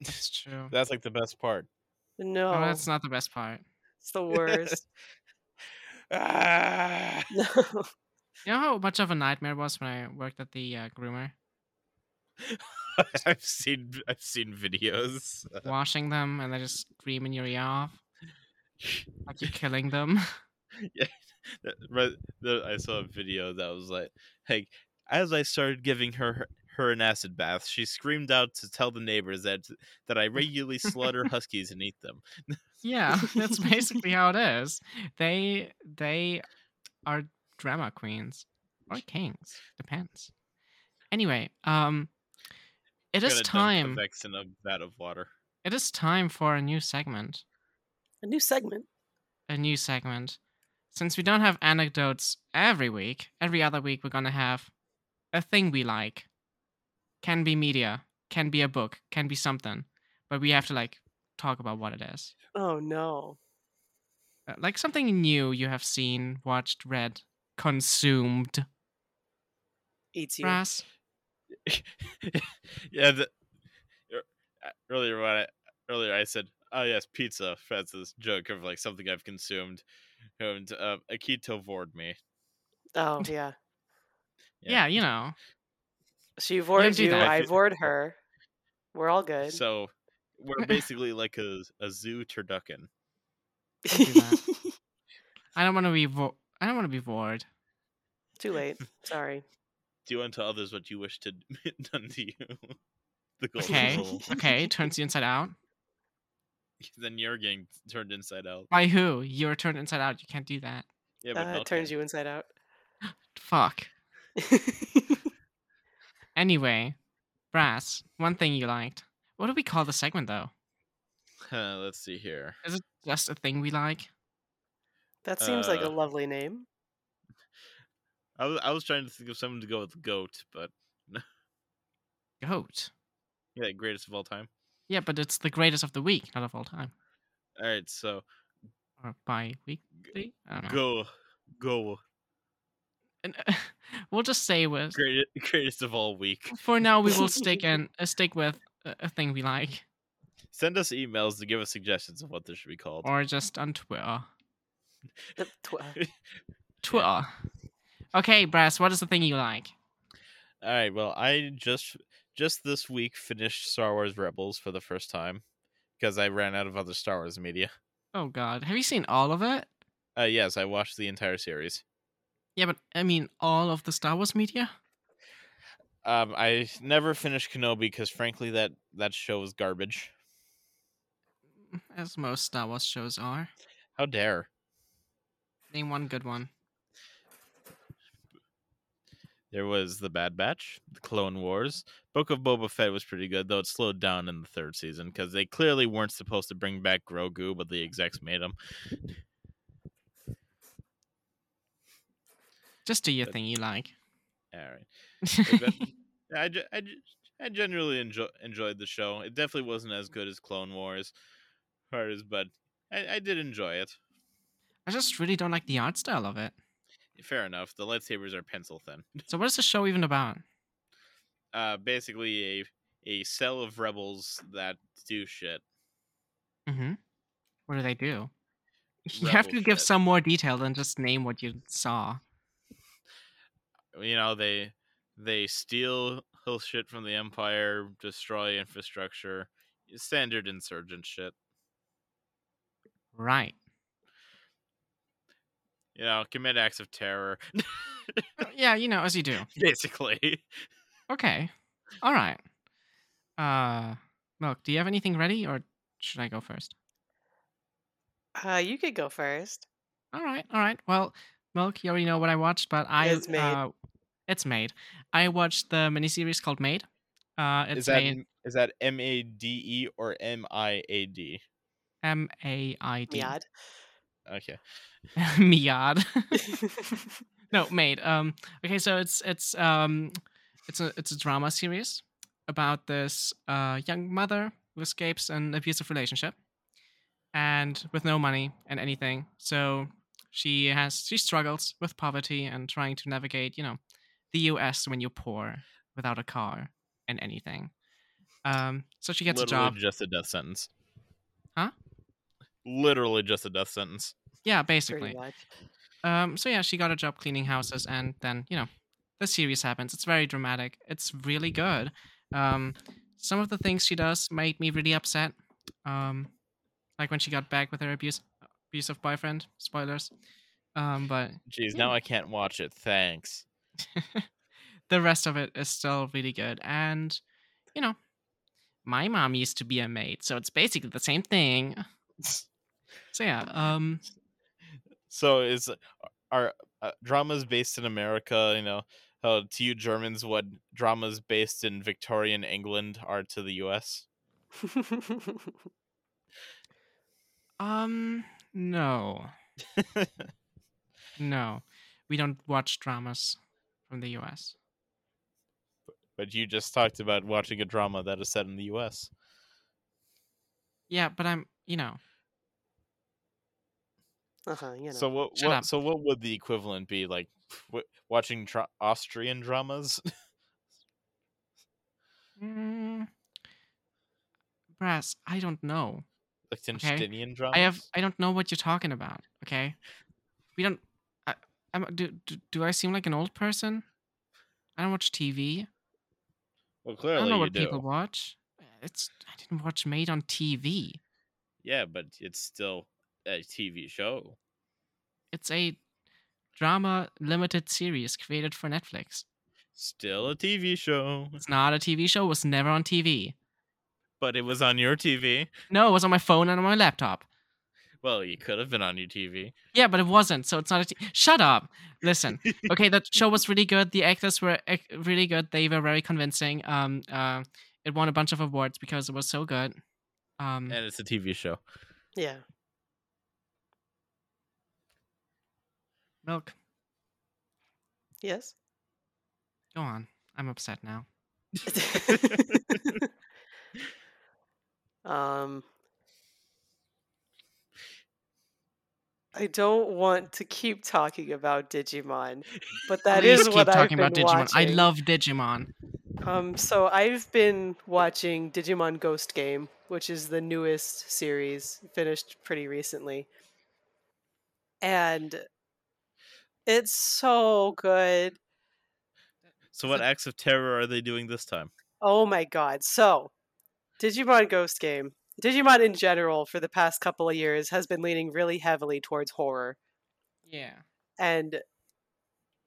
B: That's true.
C: That's like the best part.
D: No,
B: Oh, that's not the best part.
D: it's the worst.
C: Ah!
D: no.
B: You know how much of a nightmare it was when I worked at the uh, groomer,
C: I've seen I've seen videos.
B: washing them, and they just scream in your ear off, like you're killing them.
C: that- right- that- Uh, I saw a video that was like, like as I started giving her her, her an acid bath, she screamed out to tell the neighbors that that I regularly slaughter huskies and eat them.
B: Yeah, that's basically how it is. They they are drama queens or kings, depends. Anyway, um, it is
C: Gonna dump
B: time.
C: A vexen of that of water.
B: It is time for a new segment.
D: A new segment.
B: A new segment. Since we don't have anecdotes every week, every other week we're gonna have a thing we like. Can be media, can be a book, can be something, but we have to like talk about what it is.
D: Oh no.
B: Uh, like something new you have seen, watched, read, consumed.
D: Eats you.
B: Brass.
C: yeah. The, er- earlier when I earlier I said, oh yes, pizza. That's this joke of like something I've consumed, and uh, Akito vored me.
D: Oh yeah.
B: Yeah. you know.
D: She vored
B: do
D: you.
B: that.
D: I vored her. We're all good.
C: So we're basically like a, a zoo turducken.
B: do that. I don't want to be. Vo- I don't want to be bored.
D: Too late. Sorry.
C: Do unto others what you wish to done to you. the golden
B: Okay.
C: rule.
B: Okay. Turns you inside out.
C: then you're getting turned inside out.
B: By who? You're turned inside out. You can't do that.
C: Yeah,
D: Uh, it turns you inside out.
B: Fuck. Anyway, brass. One thing you liked. What do we call the segment though?
C: Uh, let's see here.
B: Is it just a thing we like?
D: that seems like a
C: Uh,
D: lovely name.
C: I was, I was trying to think of someone to go with goat, but
B: Goat.
C: yeah, greatest of all time.
B: Yeah, but it's the greatest of the week, not of all time,
C: All right, so
B: or by weekly. I don't know.
C: go, go,
B: And, we'll just say with
C: great, greatest of all week.
B: for now we will stick and uh, stick with a, a thing we like,
C: Send us emails to give us suggestions of what this should be called.
B: or just on Twitter.
D: The tw-
B: Twitter. Okay, Brass, what is the thing you like?
C: All right. Well, I just just this week finished Star Wars Rebels for the first time because I ran out of other Star Wars media.
B: Oh god, have you seen all of it?
C: Uh, yes, I watched the entire series.
B: Yeah, but I mean all of the Star Wars media?
C: Um, I never finished Kenobi because, frankly, that that show was garbage.
B: As most Star Wars shows are.
C: How dare!
B: Name one good one.
C: There was the Bad Batch, the Clone Wars. Book of Boba Fett was pretty good, though it slowed down in the third season because they clearly weren't supposed to bring back Grogu, but the execs made him.
B: Just do your thing you like.
C: All right. but I, ge- I, ge- I generally enjoy, enjoyed the show. It definitely wasn't as good as Clone Wars, or as- but I, I did enjoy it.
B: I just really don't like the art style of it.
C: Fair enough. The lightsabers are pencil thin.
B: So what is the show even about?
C: Uh, basically, a a cell of rebels that do shit.
B: Mm-hmm. What do they do? You have to
C: Rebel
B: give
C: shit.
B: some more detail than just name what you saw.
C: You know, they they steal hill shit from the empire, destroy infrastructure, standard insurgent shit.
B: Right.
C: You know, commit acts of terror,
B: Uh, Yeah, you know, as you do.
C: basically.
B: Okay. All right. Uh look, do you have anything ready or should I go first?
D: uh, you could go first.
B: All right, all right. Well, Milk, you already know what I watched, but I
D: It's Maid.
B: Uh, it's made. I watched the miniseries called Made. Uh, it's
C: is that
B: made
C: is that M A D E or M I A D?
B: M A I D.
D: Miad.
C: Okay.
B: Miad. no, Made. Um, okay, so it's it's um, it's a it's a drama series about this uh, young mother who escapes an abusive relationship, and with no money and anything. So she has she struggles with poverty and trying to navigate, you know, the U.S. when you're poor without a car and anything. Um, so she gets
C: Literally
B: a job.
C: just a death sentence.
B: Huh?
C: Literally just a death sentence.
B: Yeah,
D: Pretty
B: basically.
D: much.
B: Um, so yeah, she got a job cleaning houses, and then you know, the series happens. It's very dramatic. It's really good. Um, some of the things she does made me really upset. Um, like when she got back with her abuse abusive boyfriend. Spoilers. Um, but
C: Jeez, now I can't watch it. Thanks.
B: the rest of it is still really good. And, you know, my mom used to be a maid, so it's basically the same thing. So yeah, um,
C: So is are uh, dramas based in America? You know, how to you Germans, what dramas based in Victorian England are to the U.S.
B: um, no, no, we don't watch dramas from the U.S.
C: but you just talked about watching a drama that is set in the U.S.
B: Yeah, but I'm, you know,
D: uh-huh, you know.
C: So what?
B: Shut up.
C: what so what would the equivalent be like? W- watching tra- Austrian dramas?
B: mm, brass. I don't know.
C: Liechtensteinian dramas?
B: I have. I don't know what you're talking about. Okay, we don't. I, I'm, do, do do I seem like an old person? I don't watch TV.
C: Well,
B: I
C: clearly
B: don't know
C: you
B: what
C: do.
B: people watch. It's I didn't watch Made on TV.
C: Yeah, but it's still a TV show.
B: It's a drama limited series created for Netflix.
C: Still
B: Mm.
C: a TV show,
B: It's not a TV show. It was never on TV.
C: but it was on your TV.
B: No, it was on my phone and on my laptop.
C: Well, you could have been on your TV.
B: Yeah, but it wasn't. So it's not a. T- Shut up. Listen. Okay, that show was really good. The actors were ac- really good. They were very convincing. Um, uh, it won a bunch of awards because it was so good. Um,
C: and it's a TV show.
D: yeah.
B: milk.
D: Yes.
B: Go on. I'm upset now.
D: um I don't want to keep talking about Digimon, but that
B: Please
D: is
B: keep
D: what I've
B: talking
D: been
B: about Digimon.
D: watching.
B: I love Digimon.
D: Um, so I've been watching Digimon Ghost Game, which is the newest series, finished pretty recently. And it's so good.
C: So, what acts of terror are they doing this time?
D: Oh my god. So, Digimon Ghost Game. Digimon in general for the past couple of years has been leaning really heavily towards horror
B: Yeah.
D: and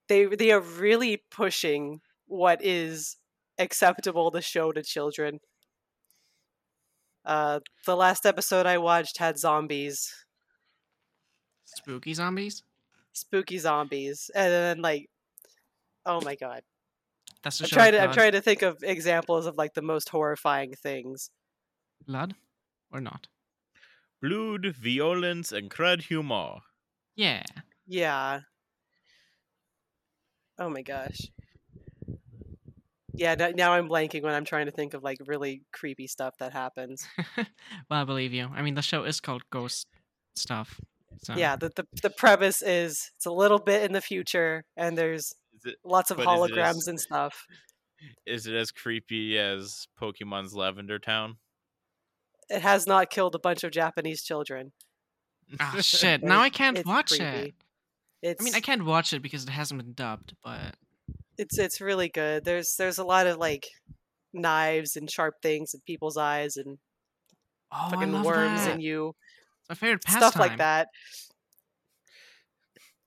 D: they they are really pushing what is acceptable to show to children. Uh, the last episode I watched had zombies,
B: Spooky zombies.
D: spooky zombies, and then like, oh my god!
B: That's the
D: I'm
B: show.
D: trying to
B: with
D: I'm
B: blood.
D: trying to think of examples of like the most horrifying things.
B: blood or not.
C: Blood, violence, and crud humor.
B: Yeah.
D: Yeah. Oh my gosh. Yeah, no- now I'm blanking when I'm trying to think of like really creepy stuff that happens.
B: well, I believe you. I mean, the show is called Ghost Stuff. So.
D: yeah the, the the premise is it's a little bit in the future and there's
C: Is it
D: lots of
C: But is it a s-
D: holograms and stuff
C: is it as creepy as Pokemon's Lavender Town?
D: it has not killed a bunch of japanese children
B: Ah, shit. Now I can't
D: it's
B: watch
D: creepy.
B: it.
D: it's
B: I mean, I can't watch it because it hasn't been dubbed, but
D: it's it's really good there's there's a lot of like knives and sharp things in people's eyes and
B: oh, I
D: fucking
B: love
D: worms
B: that.
D: in you
B: It's my favorite pastime.
D: stuff like that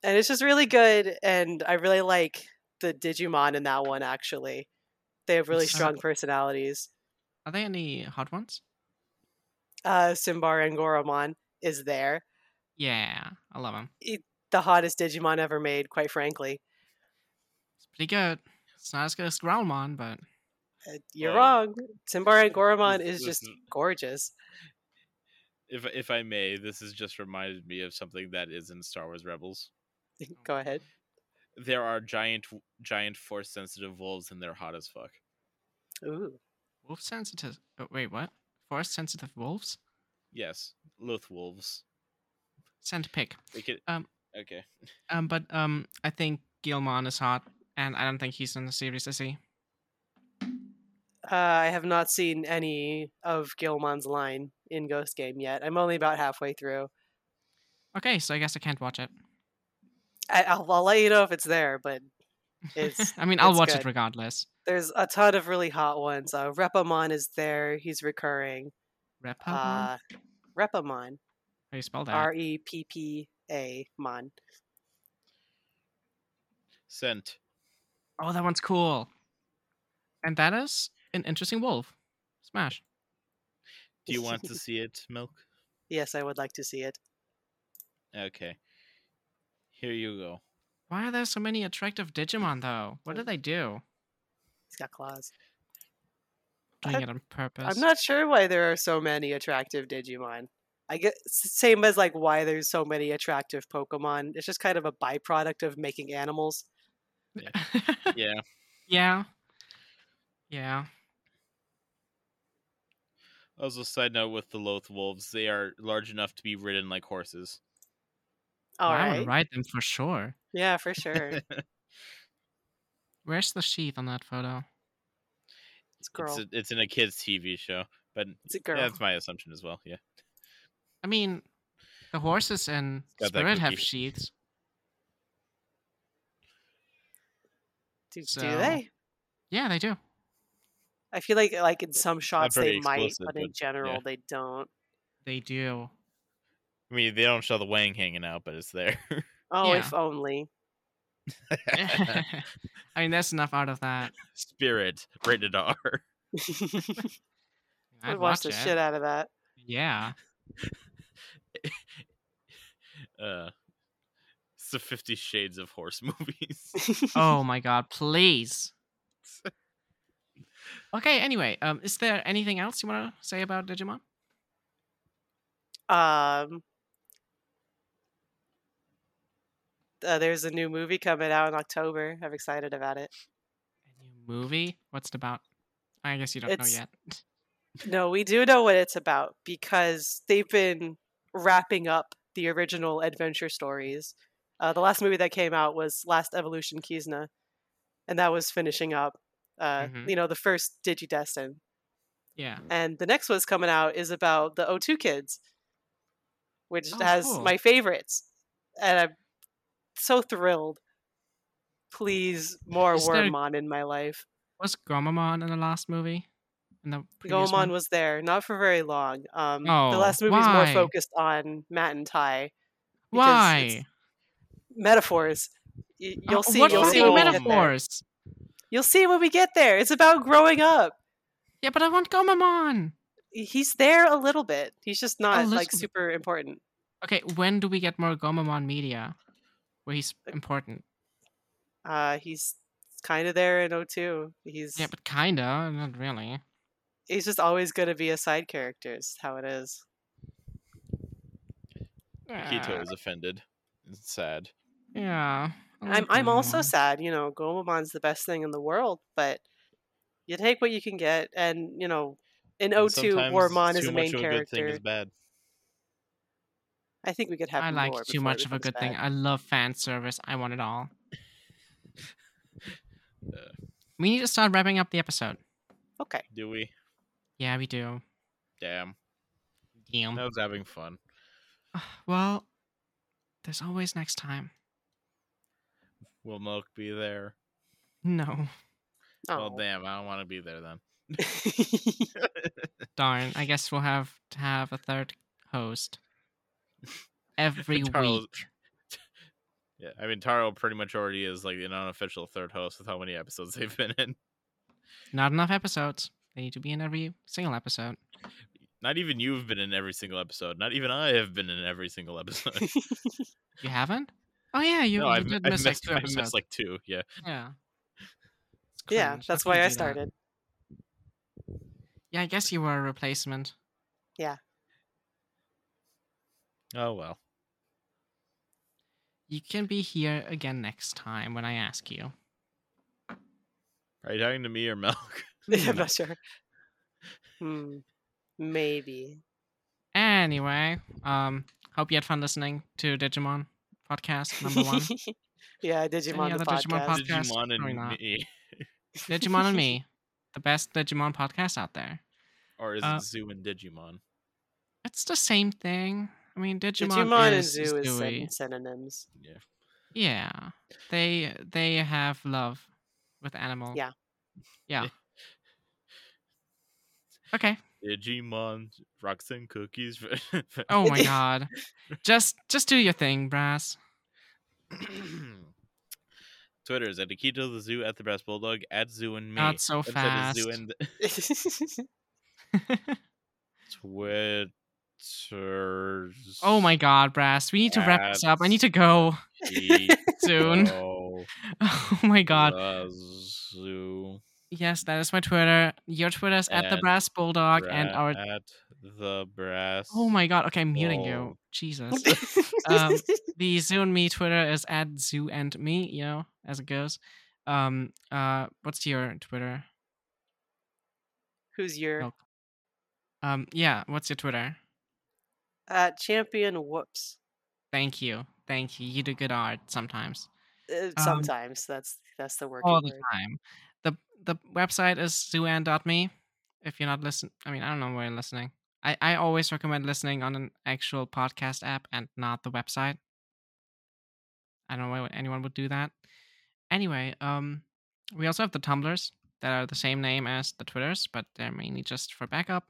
D: and it's just really good and i really like the digimon in that one actually they have really
B: It's-
D: strong personalities
B: Are there any hot ones?
D: uh simbar and goromon is there
B: Yeah, I love them.
D: the hottest Digimon ever made, quite frankly.
B: It's pretty good. It's not as good as Growlmon, but
D: Uh, You're
C: Well,
D: wrong. Simbar and Goromon
C: this-
D: is just
C: this is-
D: gorgeous.
C: If if I may, this has just reminded me of something that is in Star Wars Rebels.
D: Go ahead.
C: There are giant giant force sensitive wolves and they're hot as fuck.
D: Ooh.
B: wolf sensitive. Oh, wait, what? Forest sensitive wolves?
C: Yes, Loth wolves.
B: Send pick.
C: They could
B: Um,
C: okay.
B: Um, but um, I think Gilmon is hot, and I don't think he's in the series. Is he?
D: Uh, I have not seen any of Gilmon's line in Ghost Game yet. I'm only about halfway through.
B: Okay, so I guess I can't watch it.
D: I, I'll, I'll let you know if it's there, but It's-
B: I mean, I'll
D: it's
B: watch it
D: good.
B: regardless.
D: there's a ton of really hot ones. Uh, Repamon is there. He's recurring.
B: Repamon? How
D: Uh, Repamon.
B: do you spell that?
D: R E P P A Mon.
C: Scent.
B: Oh, that one's cool. And that is an interesting wolf. Smash.
C: Do you want to see it, Milk?
D: Yes, I would like to see it.
C: Okay. Here you go.
B: Why are there so many attractive Digimon though? What do they do?
D: He's got claws.
B: Doing
D: I-
B: it on purpose.
D: I'm not sure why there are so many attractive Digimon. I guess same as like why there's so many attractive Pokemon. It's just kind of a byproduct of making animals.
C: Yeah.
B: yeah. Yeah.
C: Also, side note with the Loth Wolves, they are large enough to be ridden like horses.
D: All
B: Well,
D: right.
B: I would ride them for sure.
D: Yeah, for sure.
B: Where's the sheath on that photo?
D: It's a girl.
C: It's, a, it's in a kids' TV show, but
D: It's a
C: yeah,
D: girl.
C: that's my assumption as well. Yeah.
B: I mean, the horses in
C: got that
B: Spirit have
C: cookie.
B: sheaths.
D: do,
B: so-
D: do they?
B: Yeah, they do.
D: I feel like like in some shots they
C: very
D: might,
C: explicit,
D: but in
C: but
D: general they don't.
B: They do.
C: I mean, they don't show the wang hanging out, but it's there.
D: Oh,
B: Yeah.
D: if only.
B: I mean, that's enough out of that.
C: Spirit, rated R.
D: I'd
B: I'd
D: watch the
B: it.
D: shit out of that.
B: Yeah.
C: Uh, it's the Fifty Shades of Horse movies.
B: Oh my god, please. Okay, anyway, um, is there anything else you want to say about Digimon?
D: Um, uh, there's a new movie coming out in October. I'm excited about it.
B: A new movie? What's it about? I guess you don't
D: It's-
B: know yet.
D: No, we do know what it's about because they've been wrapping up the original adventure stories. Uh, the last movie that came out was Last Evolution Kizna, and that was finishing up, uh,
B: Mhm.
D: you know, the first Digidestin.
B: Yeah.
D: And the next one's coming out is about the O2 kids, which
B: Oh,
D: has
B: cool.
D: my favorites. And I'm so thrilled. Please, more
B: Is there-
D: Wormmon in my life.
B: Was Gomamon in the last movie? In the previous
D: Gomon
B: one?
D: was there, not for very long. Um, the
B: Oh,
D: last movie's more
B: why?
D: focused on Matt and Ty. because it's
B: Why?
D: Metaphors. Y-
B: Uh,
D: you'll see.
B: What
D: You'll
B: fucking
D: see, when we get there.
B: metaphors?
D: you'll see when we get there. It's about growing up.
B: Yeah, but I want Gomamon.
D: He's there a little bit. He's just not
B: little
D: like
B: bit.
D: super important.
B: Okay, when do we get more Gomamon media where he's important?
D: Uh, he's kind of there in O2. He's
B: Yeah, but kinda, not really.
D: he's just always going to be a side character. Is how it is.
C: Keto
D: Ah.
B: Yeah.
C: is offended. It's sad.
B: Yeah. I
D: I'm
B: like
D: I'm also
B: Gomamon.
D: sad. You know, Gomamon's the best thing in the world, but you take what you can get, and you know,
C: And
D: in O2,
C: sometimes
D: Wormon is
C: too
D: the
C: much
D: main
C: of a good thing
D: character.
C: is bad.
D: I think we could have.
B: I like
D: more
B: too
D: before it
B: much of a
D: becomes
B: good thing.
D: bad.
B: I love fan service. I want it all.
C: Uh.
B: we need to start wrapping up the episode.
D: Okay,
C: Do we?
B: Yeah, we do.
C: Damn.
B: Damn.
C: I was having fun.
B: Well, there's always next time.
C: Will Milk be there?
B: No.
C: Well,
D: Aw.
C: damn. I don't want to be there then.
B: Darn. I guess we'll have to have a third host every
C: Charles-
B: week.
C: Yeah, I mean Taro pretty much already is like an unofficial third host with how many episodes they've been in.
B: Not enough episodes. They need to be in every single episode.
C: Not even you've been in every single episode. Not even I have been in every single episode.
B: You haven't? Oh yeah, you,
C: no,
B: you
C: I've,
B: did
C: I've
B: miss
C: missed,
B: like two
C: I've
B: episodes.
C: missed like two. Yeah,
B: Yeah. It's
D: yeah,
B: cringe. How
D: that's
B: can you
D: why I
B: do that?
D: started.
B: Yeah, I guess you were a replacement.
C: Oh well.
B: You can be here again next time when I ask you.
C: Are you talking to me or Milk?
D: I'm not sure. Hmm. Maybe.
B: Anyway, um, hope you had fun listening to Digimon podcast number one.
D: yeah, Digimon
B: other
D: the
B: Digimon
D: podcast.
B: pod- Podcast,
C: Digimon
B: probably
C: and
B: not.
C: me,
B: Digimon and me, the best Digimon podcast out there.
C: or is
B: Uh,
C: it Zoo and Digimon?
B: It's the same thing. I mean, Digimon,
D: Digimon, and
B: is
D: Zoo is
B: Zooey.
D: syn- synonyms.
C: Yeah,
B: Yeah, they they have love with animals.
D: Yeah.
B: yeah. Okay.
C: Digimon rocks and cookies.
B: Oh my god. Just just do your thing, Brass.
C: Twitter is at Akito the Zoo at the Brass Bulldog at Zoo and me.
B: Not so
C: That's at
B: fast.
C: Zoo and Twitter.
B: oh my god, Brass. We need to wrap this up. I need to go soon. oh my god.
C: Zoo
B: Yes, that is my Twitter. Your Twitter is at the
C: And
B: Brass Bulldog and our
C: at the brass.
B: Oh my god, okay, I'm muting
C: Bulldog.
B: you. Jesus. Um, the Zoo and Me Twitter is at Zoo and Me, you know, as it goes. Um uh what's your Twitter?
D: Who's your
B: Oh. Um yeah, what's your Twitter?
D: uh, champion? Whoops.
B: Thank you. Thank you. You do good art sometimes.
D: Uh,
B: Um,
D: sometimes that's that's the working
B: all the
D: word.
B: time. The the website is zooann.me. If you're not listening, I mean, I don't know where you're listening. I, I always recommend listening on an actual podcast app and not the website. I don't know why anyone would do that. Anyway, um, we also have the Tumblrs that are the same name as the Twitters, but they're mainly just for backup.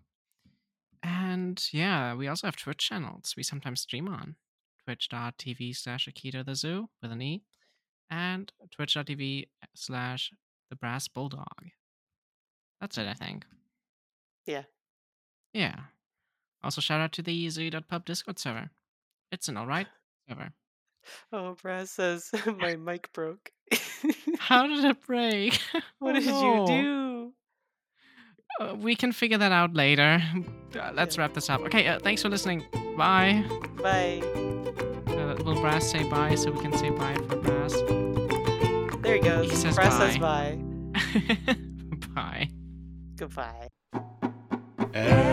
B: And yeah, we also have Twitch channels. We sometimes stream on twitch.tv slash Akita the Zoo with an E and twitch.tv slash the brass bulldog. That's it, I think.
D: Yeah.
B: Yeah. Also, shout out to the zoo.pub Discord server. It's an alright server.
D: Oh, Brad says my mic broke.
B: How did it break?
D: what
B: Oh,
D: did
B: no.
D: you do?
B: Uh, we can figure that out later. Uh, let's
D: Yeah.
B: wrap this up. Okay, uh, thanks for listening. Bye.
D: Bye.
B: Uh, will Brass say bye so we can say bye for Brass?
D: There he goes.
B: says
D: Brad says
B: bye.
D: bye.
B: bye.
D: Goodbye.
A: Every